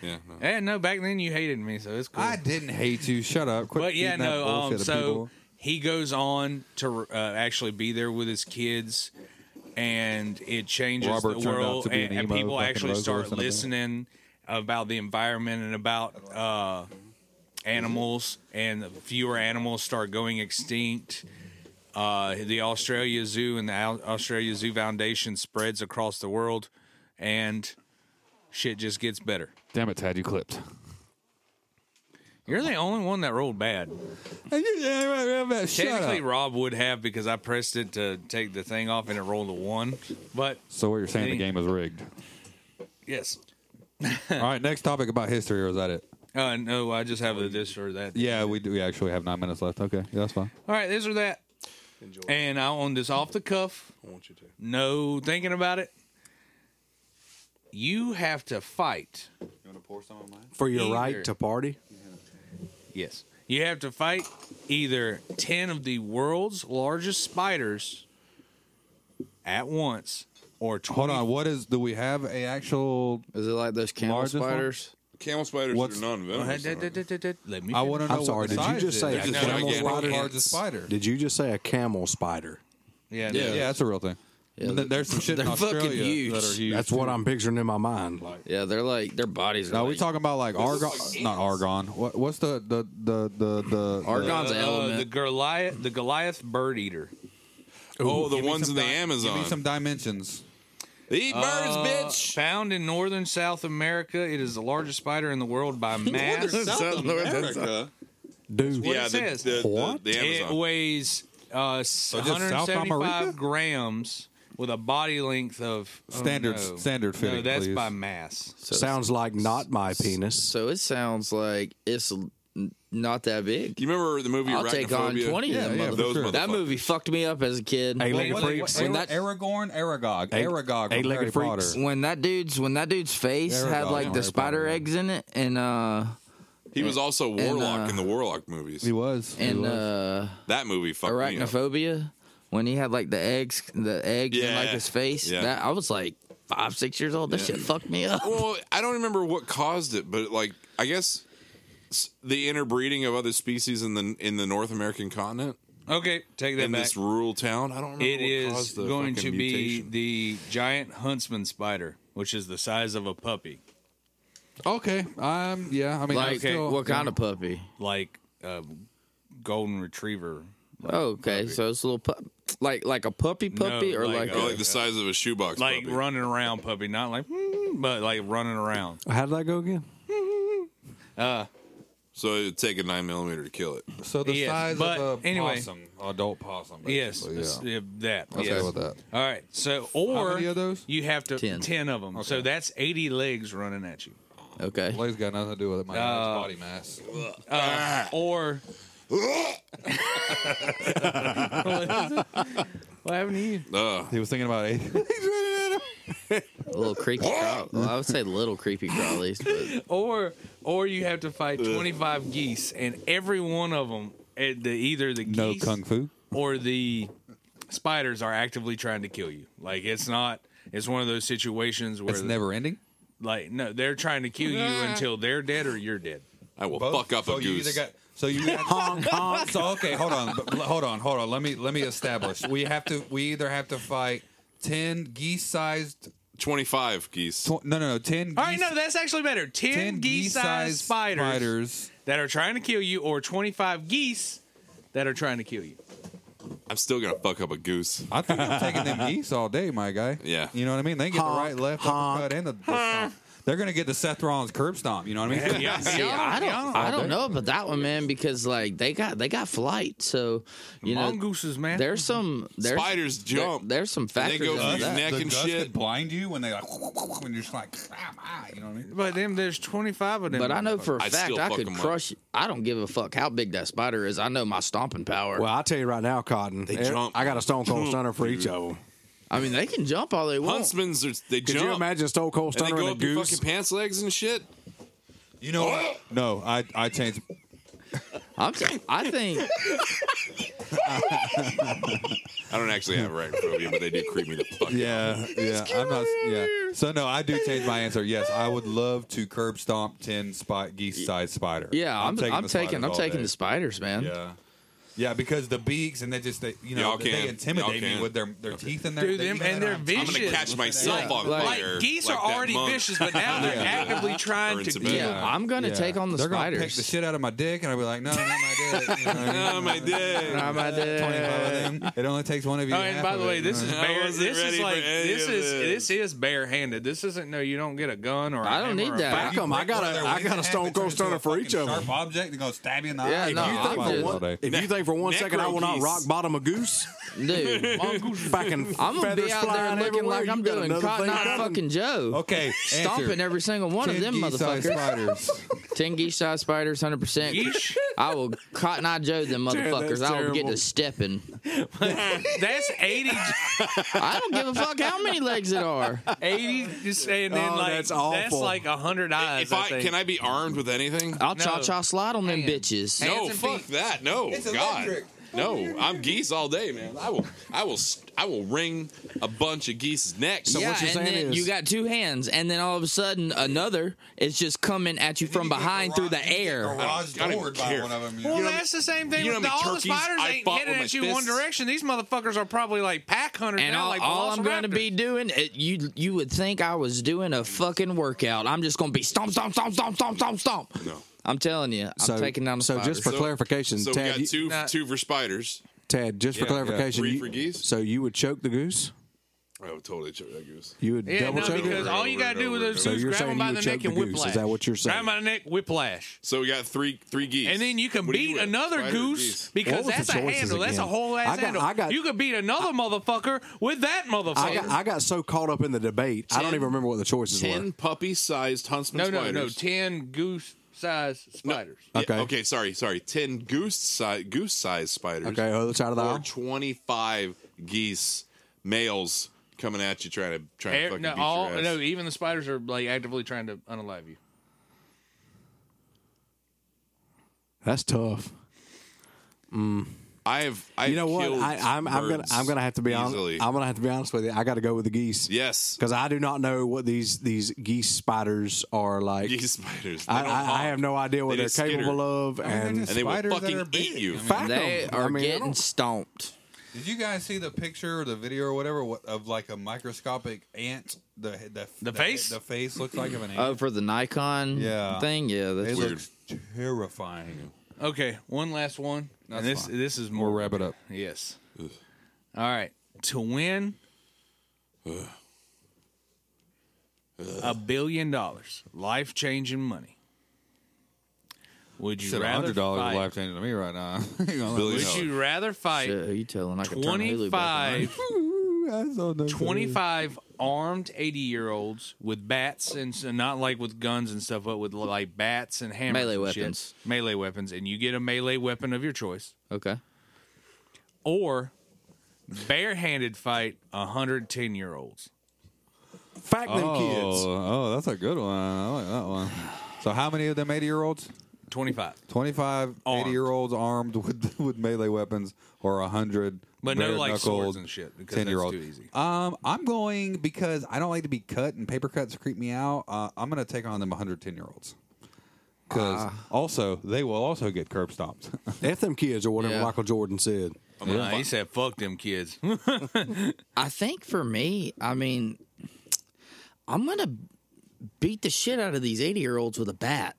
S1: Yeah, no.
S3: Eh, no, back then you hated me, so it's cool.
S4: I didn't hate you. Shut up. Quit
S3: but yeah,
S4: feeding that
S3: no. Um,
S4: bullshit to
S3: so
S4: people.
S3: he goes on to uh, actually be there with his kids, and it changes
S4: Robert
S3: the
S4: turned out
S3: world,
S4: to be
S3: and,
S4: an
S3: and
S4: emo
S3: people
S4: fucking
S3: actually
S4: Rosa or
S3: start
S4: something.
S3: listening about the environment and about uh, animals, and fewer animals start going extinct. Uh, the Australia Zoo and the Au- Australia Zoo Foundation spreads across the world, and shit just gets better.
S4: damn it, Tad, you clipped.
S3: You're the only one that rolled bad.
S4: Shut
S3: Technically,
S4: up.
S3: Rob would have because I pressed it to take the thing off and it rolled a one. But
S4: So what you're saying, the game is rigged.
S3: yes,
S4: All right, next topic about history, or is that it?
S3: uh, no, I just have the this or that.
S4: Yeah, we do. We actually have nine minutes left. Okay, yeah, that's fine.
S3: All right, this or that. And I own this off the cuff.
S5: I want you to.
S3: No thinking about it. You have to fight.
S4: You want to pour some of mine?
S5: For your
S3: Either.
S5: right to party?
S3: Yes. You have to fight either 10 of the world's largest spiders at once or 20.
S4: Hold on. What is? Do we have a actual?
S2: Is it like those camel
S4: Largest one?
S2: spiders?
S1: Camel spiders
S4: What's-
S1: are non-venomous. aren't they?
S3: Let me
S4: I want to know.
S5: I'm sorry.
S4: What the
S5: Did
S4: size
S5: you just
S4: is.
S5: say
S4: They're
S5: a
S4: just
S5: camel
S4: gigantic
S5: spider?
S4: large as spider?
S5: Did you just say a camel spider?
S3: Yeah.
S4: Yeah,
S3: yeah.
S4: that's a real thing.
S2: Yeah,
S4: Th- there's some shit in
S2: they're fucking
S4: Australia
S2: huge.
S4: that are huge.
S5: That's what I'm picturing in my mind. Like,
S2: Yeah, they're like their bodies. Are
S4: No, we
S2: like-
S4: talking about like argon, not argon. What, what's the the the the the
S2: Argon's
S3: Uh,
S2: an element.
S3: the Goliath, the Goliath bird eater.
S1: Oh, the
S4: Give me
S1: ones in
S4: some
S1: the
S4: di- Give
S1: Amazon.
S4: me some dimensions.
S1: Eat birds,
S3: Uh,
S1: bitch.
S3: Found in northern South America, it is the largest spider in the world by mass.
S1: South America.
S5: dude,
S3: what
S1: Yeah,
S3: it
S1: the,
S3: says.
S1: the- the-
S5: What?
S1: the
S3: It
S1: Amazon.
S3: weighs uh,
S4: just Oh, South America?
S3: 175 grams with a body length of oh,
S4: Standard-
S3: no.
S4: standard
S3: No,
S4: fitting,
S3: that's
S4: please.
S3: by mass.
S2: so,
S5: sounds like not my penis.
S2: so it sounds like it's n- not that big.
S1: Do you remember the movie
S2: I'll take on
S1: Arachnophobia?
S2: 20 of
S4: Yeah,
S2: them
S4: yeah,
S2: motherfuckers.
S1: Those
S4: Sure.
S2: That
S1: motherfuckers.
S2: movie fucked me up as a kid.
S5: Hey,
S2: when,
S5: look- freaks.
S2: when that-
S4: Aragorn, Aragog,
S5: Eight-
S4: Aragog, from
S5: eight-legged
S4: Harry
S5: freaks.
S4: Potter.
S2: when that dude's when that dude's face
S4: There we
S2: had
S4: go.
S2: like
S4: Yeah.
S2: the spider eggs in it, and uh,
S1: He was also Warlock
S2: uh,
S1: in the Warlock movies.
S4: He was. he
S2: and
S4: was.
S2: uh,
S1: that movie fucked me up.
S2: arachnophobia. When he had like the eggs, the eggs in like
S1: Yeah.
S2: his face.
S1: Yeah.
S2: That I was like five, six years old. That shit fucked me up.
S1: Well, I don't remember what caused it, but like I guess s- the interbreeding of other species in the in the North American continent
S3: Okay, take that
S1: in
S3: back.
S1: this rural town. I don't remember.
S3: It
S1: what
S3: is
S1: caused the
S3: going to
S1: fucking
S3: be
S1: mutation.
S3: the giant huntsman spider, which is the size of a puppy,
S4: okay. Um. Yeah. I mean,
S2: Like
S4: I'm still,
S2: what kind of puppy?
S3: like a golden retriever.
S2: Oh, okay, so it's a little pup, like like a puppy puppy or
S3: like
S2: like,
S1: Oh,
S2: a,
S1: like the size of a shoebox.
S3: Like
S1: puppy.
S3: running around puppy, not like, "Mm," but like running around.
S4: Oh,
S5: How did that go again?
S1: So it'd take a nine millimeter to kill it.
S4: So the
S3: Yes,
S4: size
S3: but
S4: of a
S3: anyway.
S4: possum, adult possum.
S3: Yes,
S4: basically,
S3: it's-
S4: Oh, Yeah.
S3: yeah, that.
S4: Okay
S3: yes.
S4: with that.
S3: All right. So, or
S4: many of those?
S3: you have to
S2: Ten.
S3: ten, of them. So that's eighty legs running at you.
S2: okay.
S4: Blaze got nothing to do with it. My
S3: Uh,
S4: body mass. Ah.
S3: Uh, or what happened to you?
S1: Ugh.
S4: He was thinking about eight.
S2: A little creepy crawl. Well, I would say little creepy crawlies, but
S3: Or or you have to fight twenty five geese, and every one of them, the, either the
S4: no
S3: geese
S4: kung fu.
S3: or the spiders are actively trying to kill you. Like it's not. It's one of those situations where
S4: It's never ending.
S3: like no, they're trying to kill you until they're dead or you're dead.
S1: I will
S4: Both?
S1: fuck up
S4: so
S1: a
S4: you
S1: goose.
S4: Either got, so you honk, honk. So okay, hold on, but- but hold on, hold on. Let me let me establish. We have to. We either have to fight ten geese-sized.
S1: Twenty five geese.
S4: Tw- no, no, no. Ten. Geese,
S3: All right, no, that's actually better. Ten,
S4: ten
S3: geese-sized
S4: geese-sized
S3: spiders. that are trying to kill you or 25 geese that are trying to kill you.
S1: I'm still gonna fuck up a goose.
S4: I think I'm taking them geese all day, my guy.
S1: Yeah.
S4: You know what I mean? They get the
S5: Honk,
S4: right, left, uppercut, and the, the stomp. They're gonna get the Seth Rollins curb stomp. You know what I mean?
S3: Yeah,
S2: See, I don't, I don't know about that one, man, because like they got they got flight, so you know
S3: Mongooses, man.
S2: there's some there's,
S1: Spiders
S2: there-
S1: jump.
S2: there's some
S1: they
S2: factors
S1: go
S2: into
S1: for your
S2: that.
S1: neck and shit.
S4: blind you when they like when you're just like ah, you know what I mean?
S3: But then there's 25 of them.
S2: But I know for a
S1: I'd
S2: fact
S1: still
S2: I
S1: fuck
S2: could
S1: 'em up.
S2: crush. I don't give a fuck how big that spider is. I know my stomping power.
S5: Well, I tell you right now, Cotton,
S1: They
S5: eh,
S1: jump.
S5: I got a Stone Cold
S1: Jump,
S5: Stunner for each
S1: dude.
S5: of them.
S2: I mean, they can jump all they want.
S1: Huntsmen's are they
S5: Could
S1: jump.
S5: you imagine a Stone Cold
S1: and they
S5: Stunner
S1: go
S5: and,
S1: up
S5: a
S1: your
S5: goose?
S1: fucking pants legs and shit.
S4: You know what? No, I I changed.
S2: I'm saying, I think
S1: I don't actually have arachnophobia, but they do creep me the fuck out.
S4: Yeah, yeah. I'm not. Yeah. So no, I do change my answer. Yes, I would love to curb stomp ten spot geese sized spider.
S2: yeah, I'm I'm taking I'm taking,
S4: the spiders all day.
S2: the spiders, man.
S4: Yeah. Yeah, because the beaks and they just they, you know
S1: Y'all
S4: they- they
S1: can.
S4: intimidate
S1: Y'all
S4: me
S1: can.
S4: with their their teeth in their
S3: Dude, them- and their
S4: vision.
S1: I'm
S3: vicious.
S1: going to catch myself
S2: Yeah.
S1: on
S2: Like-
S1: fire.
S3: Like geese
S1: like
S3: are
S1: that
S3: already
S1: monk.
S3: vicious, but now they're
S4: Yeah.
S3: actively trying
S1: in
S3: to
S1: Tibet.
S3: kill.
S1: Yeah.
S2: I'm gonna
S4: Yeah.
S2: take on the
S4: They're gonna
S2: spiders.
S4: pick the shit out of my dick, and I'll be like, no, not my dick. You know what I mean?
S1: Oh, my dick.
S2: Nah, my dad.
S4: 25 of them. It only takes one of you.
S3: Oh,
S4: to
S3: and
S4: half
S3: by the
S4: of
S3: way,
S4: it,
S3: this
S4: you
S3: is
S4: know?
S1: I
S3: bare.
S1: wasn't
S3: This is
S1: ready for
S3: like
S1: any
S3: this
S1: of
S3: is
S1: this.
S3: this is barehanded. This isn't no. You don't get a gun or I
S2: I don't need that.
S5: How come I got
S4: Their
S5: a I
S4: wings
S5: got a
S4: and
S5: Stone
S4: half, it
S5: Cold
S4: turns into
S5: Stunner
S4: a
S5: for each
S4: fucking
S5: of them.
S4: Sharp object and go stab you in the
S2: Yeah,
S4: eye.
S2: no,
S5: You think
S2: I'm
S5: for
S2: just-
S5: one-
S4: All day.
S5: if you think for one
S1: Necro
S5: second I will not
S1: geese.
S5: rock bottom a goose,
S2: dude.
S5: fucking
S2: I'm gonna
S5: feathers
S2: be out there
S5: flying
S2: looking
S5: everywhere,
S2: like I'm
S5: you got
S2: doing
S5: another
S2: Cotton
S5: thing
S2: Eye
S5: coming.
S2: Fucking Joe.
S4: Okay,
S2: Stomping
S4: answer.
S2: every single one of
S4: Ten
S2: them
S4: geese-sized
S2: motherfuckers.
S4: Spiders.
S2: Ten geese size spiders, hundred percent.
S3: Yeesh.
S2: I will cotton eye Joe them motherfuckers.
S5: that's
S2: I will get
S5: terrible.
S2: to stepping.
S3: That's 80,
S2: I don't give a fuck how many legs it are.
S3: 80 just and then
S5: Oh,
S3: like
S5: that's
S3: that's,
S5: awful.
S3: like hundred eyes.
S1: If I,
S3: think.
S1: can I be armed with anything?
S2: I'll
S3: No.
S2: cha cha slide on them
S3: Man.
S2: bitches.
S3: Hey.
S1: No,
S3: Hands and
S1: fuck
S3: feet.
S1: that. No,
S4: It's
S1: God.
S4: electric.
S1: No, I'm geese all day, man. I will, I will, s- I will wring a bunch of geese's necks.
S5: So
S2: yeah,
S5: what you're
S2: and
S5: saying
S2: then
S5: is-
S2: you got two hands, and then all of a sudden another is just coming at you from
S4: You get
S2: behind
S4: garage-
S2: through
S4: you
S2: the
S4: get
S2: air.
S4: garage
S1: I don't
S4: doored by
S1: care.
S4: one of them, you
S3: Well,
S4: know?
S3: that's the same thing
S1: you know
S3: with
S1: how
S3: the,
S1: many
S3: all the
S1: turkeys
S3: spiders
S1: I
S3: ain't
S1: fought
S3: hitting
S1: with my
S3: at you one
S1: fists?
S3: direction. These motherfuckers are probably like pack hunters
S2: And
S3: now,
S2: all,
S3: like
S2: all I'm going to
S3: velociraptors.
S2: be doing, it, you you would think I was doing a fucking workout. I'm just going to be stomp, stomp, stomp, stomp, stomp, stomp, stomp.
S1: No.
S2: I'm telling you, I'm
S5: So-
S2: taking down the
S5: so
S2: spiders.
S5: just For clarification,
S1: so
S5: Tad,
S1: we
S5: you-
S1: got two,
S3: Nah.
S1: two for spiders.
S5: Tad, just
S4: Yeah,
S5: for
S4: yeah.
S5: clarification,
S1: Three
S5: you-
S1: for geese?
S5: So you would choke the goose?
S1: I would totally choke that goose.
S5: You would
S3: Yeah,
S5: double
S3: no,
S5: choke
S3: because
S5: it?
S3: all you gotta do with those
S5: So
S3: dudes
S5: you're
S3: grab
S5: saying
S3: them
S5: you
S3: by
S5: would
S3: the
S5: choke
S3: neck
S5: the
S3: and
S5: goose. Is
S3: whiplash.
S5: that what you're saying?
S3: Grab 'em by the neck, whiplash.
S1: So we got three, three geese.
S3: And then you can
S1: What do
S3: beat
S1: with?
S3: another
S1: Spider or
S3: goose because
S5: What was
S3: that's
S5: the
S3: a
S5: choices
S3: handle. That's a
S5: again?
S3: whole ass
S5: I got-
S3: handle.
S5: I got-
S3: you could beat another motherfucker with that motherfucker.
S5: I got, I got so caught up in the debate, I don't
S1: Ten-
S5: even remember what the choices
S1: Ten
S5: were.
S1: puppy-sized huntsman
S3: no, no,
S1: spiders.
S3: no. Ten goose size spiders.
S1: Yeah,
S5: Okay.
S1: okay. Sorry. Sorry. Ten goose size goose size spiders.
S5: Okay, other side of the
S1: Or
S5: aisle.
S1: twenty five geese males coming at you trying to trying to
S3: Eh,
S1: fucking
S3: no,
S1: beat
S3: all,
S1: your ass.
S3: no, even the spiders are like actively trying to unalive you.
S5: That's tough.
S1: I have. I
S5: You know what?
S1: killed
S5: I, I'm, I'm gonna
S1: birds
S5: I'm gonna have to be honest.
S1: easily.
S5: I'm gonna have to be honest with you. I got to go with the geese.
S1: yes.
S5: because I do not know what these these geese spiders are like.
S1: Geese spiders. They
S5: I,
S1: don't
S5: I, I
S1: honk.
S5: have no idea what
S1: They
S5: they are
S1: just skitter.
S5: capable of, and
S1: And they will
S4: Spiders that
S1: fucking
S4: are
S1: eat
S4: big.
S1: you.
S5: fact
S2: they
S5: them.
S2: are
S5: I mean, I
S2: getting
S5: don't-
S2: stomped.
S4: Did you guys see the picture or the video or whatever what- of like a microscopic ant? The the
S3: The face?
S4: The face looks like of an ant.
S2: Oh, for the Nikon
S4: Yeah.
S2: thing? Yeah, that's
S4: it
S2: weird.
S4: looks terrifying.
S3: Okay, one last one.
S4: That's
S3: and this
S4: fine.
S3: this is more
S4: We'll wrap it up.
S3: Yes. All right. To win a billion dollars, life changing money. Would you rather
S4: Oh,
S3: fight?
S4: changing to me right now.
S1: Billy
S3: Would
S1: Howard.
S3: you rather fight
S2: Shit, who you telling? I can turn Hulu back on.
S3: 25, 25 armed 80 year olds with bats and s- not like with guns and stuff, but with like bats and hammers,
S2: Melee
S3: and shit.
S2: weapons.
S3: melee weapons, and you get a melee weapon of your choice,
S2: Okay.
S3: or barehanded fight 110 year olds.
S5: fact them kids.
S4: oh, that's a good one. I like that one. So, how many of them 80 year olds?
S3: 25.
S4: 25
S3: Armed.
S4: 80 year olds armed with, with melee weapons or 100
S3: But no,
S4: bare
S3: like,
S4: knuckled
S3: swords and shit, because
S4: 10 year
S3: that's
S4: old
S3: too easy.
S4: um i'm going because i don't like to be cut and paper cuts creep me out uh, i'm going to take on them 110 year olds because also they will also get curb stomped
S5: F them kids, or whatever
S2: Yeah.
S5: Michael Jordan said.
S3: Nah, he said, fuck them kids.
S2: I think for me, I mean, I'm gonna beat the shit out of these 80 year olds with a bat,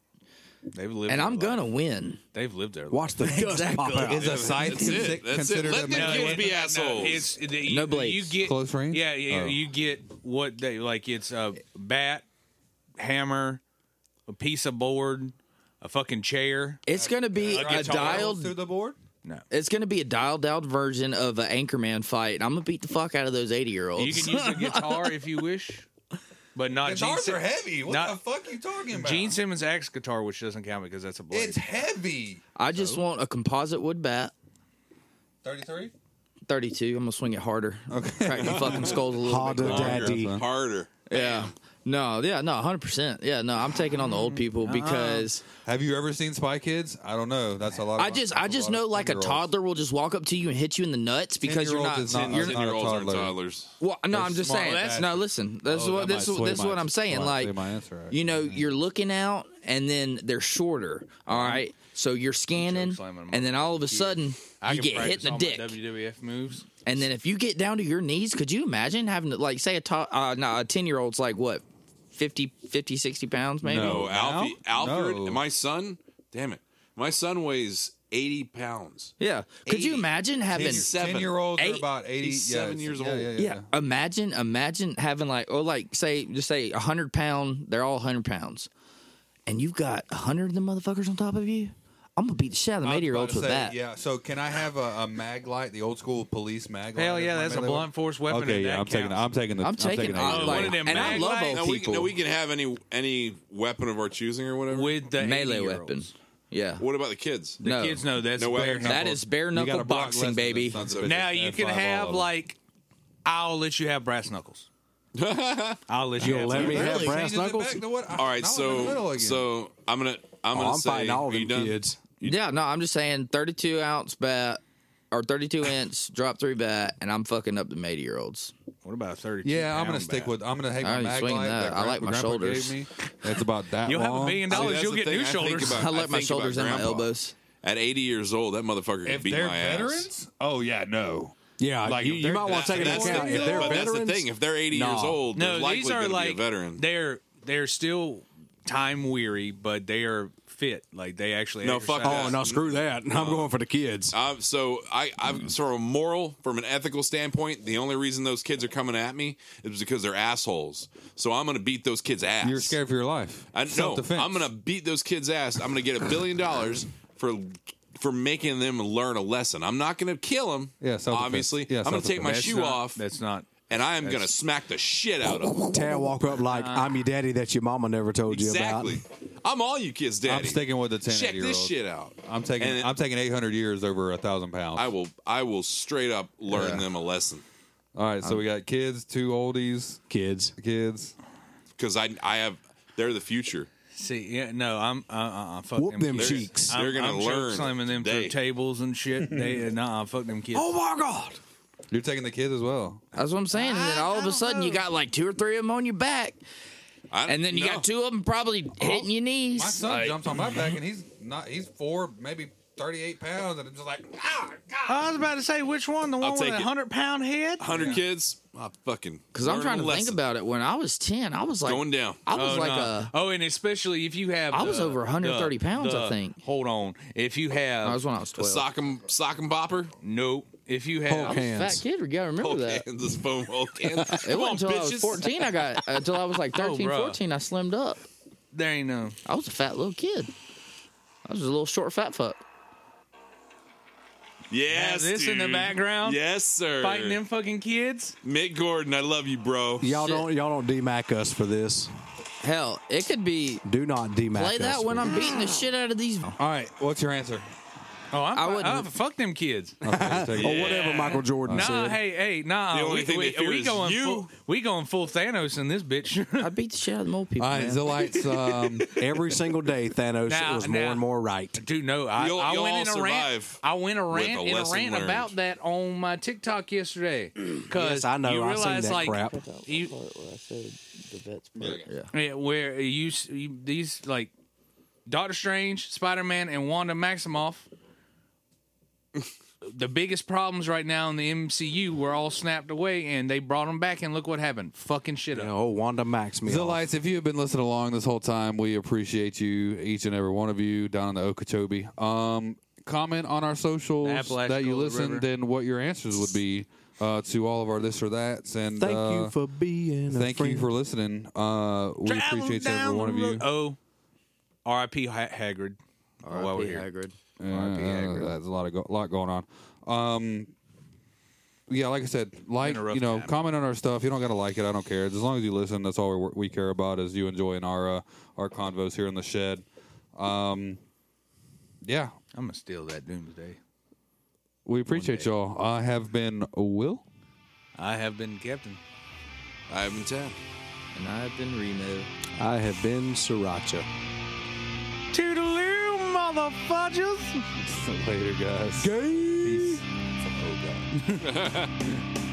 S3: They've lived
S2: and
S3: their
S2: I'm
S3: life.
S2: gonna win.
S3: They've lived their life.
S5: Watch the dust pop out.
S4: is a scythe
S1: That's it.
S4: consi-
S1: That's it.
S4: considered
S1: Let
S4: a
S1: them
S4: melee
S1: kids
S4: weapon?
S1: be assholes.
S3: it's, you,
S2: No blades.
S3: you get,
S4: Close range?
S3: Yeah, yeah
S4: Oh.
S3: you get what they like. It's a bat, hammer, a piece of board, a fucking chair.
S2: It's gonna be a
S4: through
S2: dialed.
S4: the board
S2: It's gonna be a dialed out version of an Anchorman fight, and I'm gonna beat the fuck out of those 80 year
S3: You
S2: olds.
S3: can use a guitar if you wish, but not Gene,
S4: guitars
S3: Sim-
S4: are heavy what
S3: not-
S4: the fuck are you talking about
S3: Gene Simmons' axe guitar, which doesn't count because that's a blade.
S4: it's heavy
S2: I just want a composite wood bat.
S4: 33
S2: 32. I'm gonna swing it harder. Okay. Crack the fucking skulls a little
S5: Harder,
S2: bit. quicker.
S5: daddy.
S1: harder.
S2: Yeah. No, yeah, no, hundred percent. Yeah, no, I'm taking on the old people
S4: Ah.
S2: because
S4: Have you ever seen Spy Kids? I don't know. That's a lot. Of
S2: I just, I just know like a toddler will just walk up to you and hit you in the nuts because you're
S4: 10-year-old
S2: not.
S4: is not-
S2: you're,
S4: is not-
S1: Ten year olds aren't
S4: toddler.
S1: toddlers.
S2: well, no, I'm just
S4: smart
S2: saying.
S4: like
S2: That's,
S4: that.
S2: no, listen. That's
S4: Oh,
S2: what
S4: that
S2: this,
S4: might sway
S2: this is
S4: my-
S2: what I'm saying.
S4: might sway
S2: Like,
S4: my answer, actually.
S2: you know, you're looking out, and then they're shorter. All right, so you're scanning,
S3: slamming 'em
S2: and then all of a sudden
S3: I
S2: you
S3: can
S2: get hit
S3: practice
S2: in the
S3: all
S2: dick.
S3: My WWF moves.
S2: And then if you get down to your knees, could you imagine having to like say a to- uh, no, a 10 year old's like what 50 50 60 pounds maybe?
S1: No, Oh, Alfie,
S4: Now?
S1: Alfred,
S4: No.
S1: my son. Damn it, my son weighs eighty pounds.
S2: Yeah. Could you
S1: 80.
S2: imagine having
S1: He's seven.
S4: ten year olds are
S2: Eight.
S4: about eighty.
S1: He's
S4: yeah,
S1: seven
S4: it's-
S1: years
S4: yeah,
S1: old.
S4: Yeah, yeah,
S2: yeah, imagine imagine having like or like say just say 100 pound, they're all 100 pounds. And you've got 100 of them motherfuckers on top of you. I'm going to beat the shit out of them 80 year olds
S4: About
S2: with
S4: to say,
S2: that.
S4: Yeah. So can I have a, a mag light, the old school police mag light?
S3: Hell
S4: as
S3: yeah,
S4: my
S3: that's a
S4: melee
S3: blunt force weapon.
S4: Okay, yeah, I'm taking. I'm taking the.
S2: I'm taking Oh,
S4: the
S2: all,
S4: eight-year-old.
S2: like,
S3: One of them
S2: and I
S3: mag
S2: love
S3: lights.
S2: old
S1: Now we,
S2: people.
S1: now we can have any any weapon of our choosing or whatever.
S3: with the
S2: melee
S3: 80-year-olds.
S2: weapon. Yeah.
S1: What about the kids?
S3: The
S2: No.
S3: kids know that's
S1: No way.
S3: bare
S1: That
S2: That
S3: knuckles.
S2: is bare
S4: You gotta
S2: knuckle
S4: block less
S2: boxing
S4: than
S2: baby.
S4: them sons of bitches.
S3: Now you
S4: That's
S3: can
S4: why I love
S3: have
S4: them.
S3: like, I'll let you have brass knuckles. I'll let you
S5: You'll
S3: have
S5: let me
S3: brass
S5: have
S4: Really?
S5: brass
S4: Changes it
S5: knuckles.
S4: back to what? I-
S1: All right,
S4: now I'm in the middle
S1: so
S4: again.
S1: so I'm gonna I'm
S5: Oh,
S1: gonna
S5: I'm
S1: say
S5: fighting all
S1: are you
S5: them
S1: done?
S5: kids.
S2: Yeah, no, I'm just saying 32 ounce bat or 32 inch drop three bat, and I'm fucking up the 80 year olds.
S3: knuckles. What about thirty?
S4: Yeah, I'm gonna stick with. I'm gonna hate
S2: I
S4: my
S2: ain't
S4: mag
S2: swinging
S4: light.
S2: that.
S4: That
S2: I like
S4: grandpa-
S2: my
S4: grandpa
S2: shoulders.
S4: gave me. That's about that.
S3: You'll have a
S4: long.
S3: billion
S1: See,
S3: dollars.
S1: that's
S3: You'll
S1: the
S3: get
S1: thing
S3: new
S1: I think
S3: shoulders.
S1: about-
S2: I like my
S1: think about
S2: shoulders and my
S1: grandpa.
S2: elbows.
S1: At 80 years old, that motherfucker can
S4: If
S1: beat
S4: they're
S1: my ass.
S4: veterans, oh yeah, no.
S5: Yeah,
S4: Like,
S5: you,
S4: if
S5: you
S4: they're-
S5: might want
S1: That's,
S5: to take into
S1: that's the,
S5: account if they're
S1: but
S5: veterans.
S1: that's the thing. If they're 80 years
S5: Nah.
S1: old, they're
S3: No,
S1: likely
S3: these are
S1: gonna
S3: like
S1: be a veteran.
S3: They're they're still time weary, but they are fit. Like they actually.
S1: No, fuck
S3: exercise.
S5: oh no, screw that.
S1: Uh-huh.
S5: I'm going for the kids.
S1: Um, so I,
S4: Mm.
S1: I'm sort of moral from an ethical standpoint. The only reason those kids are coming at me is because they're assholes. So I'm going to beat those kids' ass.
S4: You're scared for your life.
S1: I, no,
S4: Self-defense.
S1: I'm going to beat those kids' ass. I'm going to get a billion dollars for for making them learn a lesson. I'm not going to kill them.
S4: Yeah, self-defense.
S1: obviously.
S4: Yeah,
S1: I'm going to take my
S4: self-defense.
S1: shoe
S3: not,
S1: off,
S3: That's not.
S1: and I am going to smack the shit out of them.
S5: Tad walk up like I'm your daddy that your mama never told you
S1: Uh-huh. Exactly.
S5: about.
S1: I'm all you kids' daddy.
S4: I'm sticking with the 10
S1: Check
S4: 80-year-old.
S1: this shit out.
S4: I'm taking.
S1: And
S4: I'm taking 800 years over a thousand pounds.
S1: I will. I will straight up learn
S4: Yeah.
S1: them a lesson.
S4: All right, so we got kids, two oldies,
S5: Kids.
S4: kids.
S1: because I I have they're the future.
S3: See, yeah, no, I'm. Uh, uh, uh, fuck
S5: Whoop them
S3: kids.
S5: cheeks.
S3: I'm-
S1: They're gonna
S3: I'm
S1: learn
S3: Slamming them
S1: today.
S3: through tables and shit. They, nah, fuck them kids.
S5: Oh my God.
S4: You're taking the kids as well.
S2: That's what I'm saying. And then all of a sudden, you got like two or three of them on your back,
S1: I,
S2: and then you
S1: no.
S2: got two of them probably hitting your knees.
S4: My son
S2: Like,
S4: jumps on my back and he's not. He's four, maybe 38 pounds, and I'm just like, ah, God.
S3: I was about to say which one, the one with
S1: take
S3: a
S1: it.
S3: hundred pound head.
S1: hundred kids. I fucking
S2: Because I'm
S1: learn
S2: trying
S1: a
S2: to think
S1: lesson.
S2: about it. When I was 10, I was like
S1: going down. Uh,
S2: I was
S3: Oh,
S2: like
S3: no.
S2: a.
S3: oh, and especially if you have
S2: I was
S3: the-
S2: over 130
S3: the-
S2: pounds, I
S3: the-
S2: think.
S3: Hold on, if you have
S2: That was when I was 12.
S1: Sock 'em, sock 'em bopper.
S3: nope, if you have
S5: Hulk hands.
S2: Fat kid, you gotta remember
S1: Hold
S2: that.
S1: hands, this phone hold hands.
S2: It
S1: Come on,
S2: wasn't until I
S1: bitches.
S2: was 14 I got until I was like 13,
S3: bruh.
S2: 14 I slimmed up.
S3: there ain't no
S2: I was a fat little kid. I was a little short fat fuck.
S1: Yes,
S3: Have this in the
S1: dude.
S3: background?
S1: Yes, sir.
S3: fighting them fucking kids.
S1: Mick Gordon, I love you, bro.
S5: Y'all
S2: Shit.
S5: don't y'all don't demac us for this.
S2: Hell, it could be
S5: Do not demac
S2: play
S5: us.
S2: that
S5: for
S2: when
S5: this.
S2: I'm beating the shit out of these.
S4: All right, what's your answer?
S3: Oh, I'm,
S2: I
S3: I would
S2: wouldn't- Uh-huh.
S3: fuck them kids.
S5: or whatever Michael Jordan
S3: Nah,
S5: said.
S3: hey, hey, nah.
S1: The only
S3: we,
S1: thing
S3: we,
S1: they fear
S3: we
S1: is
S3: going
S1: you.
S3: Full, we going full Thanos in this bitch.
S2: I beat the shit out of the old people.
S4: All right,
S2: man.
S4: Zillites. Um,
S5: Every single day Thanos
S3: Nah,
S5: was more
S3: nah.
S5: and more right.
S3: Dude, no, I,
S1: You'll-
S3: I
S1: you'll
S3: went
S1: all
S3: in a rant.
S1: survive
S3: I went a
S1: with
S3: rant
S1: a
S3: in a
S1: lesson
S3: rant
S1: learned.
S3: about that on my TikTok yesterday. Because
S5: Yes, I know.
S3: You
S5: I've seen
S3: realize,
S5: that
S3: like,
S5: crap.
S3: You,
S2: I said the vets Yeah.
S3: Yeah, where you, s- you these like Doctor Strange, Spider Man, and Wanda Maximoff. the biggest problems right now in the MCU were all snapped away, and they brought them back. And look what happened. Fucking shit up.
S5: Oh, Wanda Max me. off.
S4: Zillites, if you have been listening along this whole time, we appreciate you, each and every one of you, down in the Okeechobee. Um, comment on our socials
S3: Appalachicola
S4: that you
S3: River.
S4: listened and what your answers would be uh, to all of our this or that's. And
S5: Thank
S4: uh,
S5: you for being a
S4: thank
S5: friend.
S4: you for listening. Uh, we
S3: Travel
S4: appreciate
S3: down
S4: every one of
S3: the
S4: you.
S3: road- Oh, R.I.P. Ha- Hagrid. While we're here.
S4: Yeah, that's Mm, uh, a lot of go- lot going on. Um, yeah, like I said, like
S3: a rough
S4: you know,
S3: time.
S4: comment on our stuff. You don't gotta like it. I don't care. As long as you listen, that's all we, we care about is you enjoying our uh, our convos here in the shed. Um, yeah,
S3: I'm gonna steal that Doomsday.
S4: we appreciate y'all. I have been Will.
S3: I have been Captain.
S1: I haven't tapped.
S2: And I've been Remo.
S5: I have been Sriracha.
S3: Toodaloo, motherfudgers.
S8: Later, guys.
S5: Gay.
S8: Peace.
S6: From, oh God.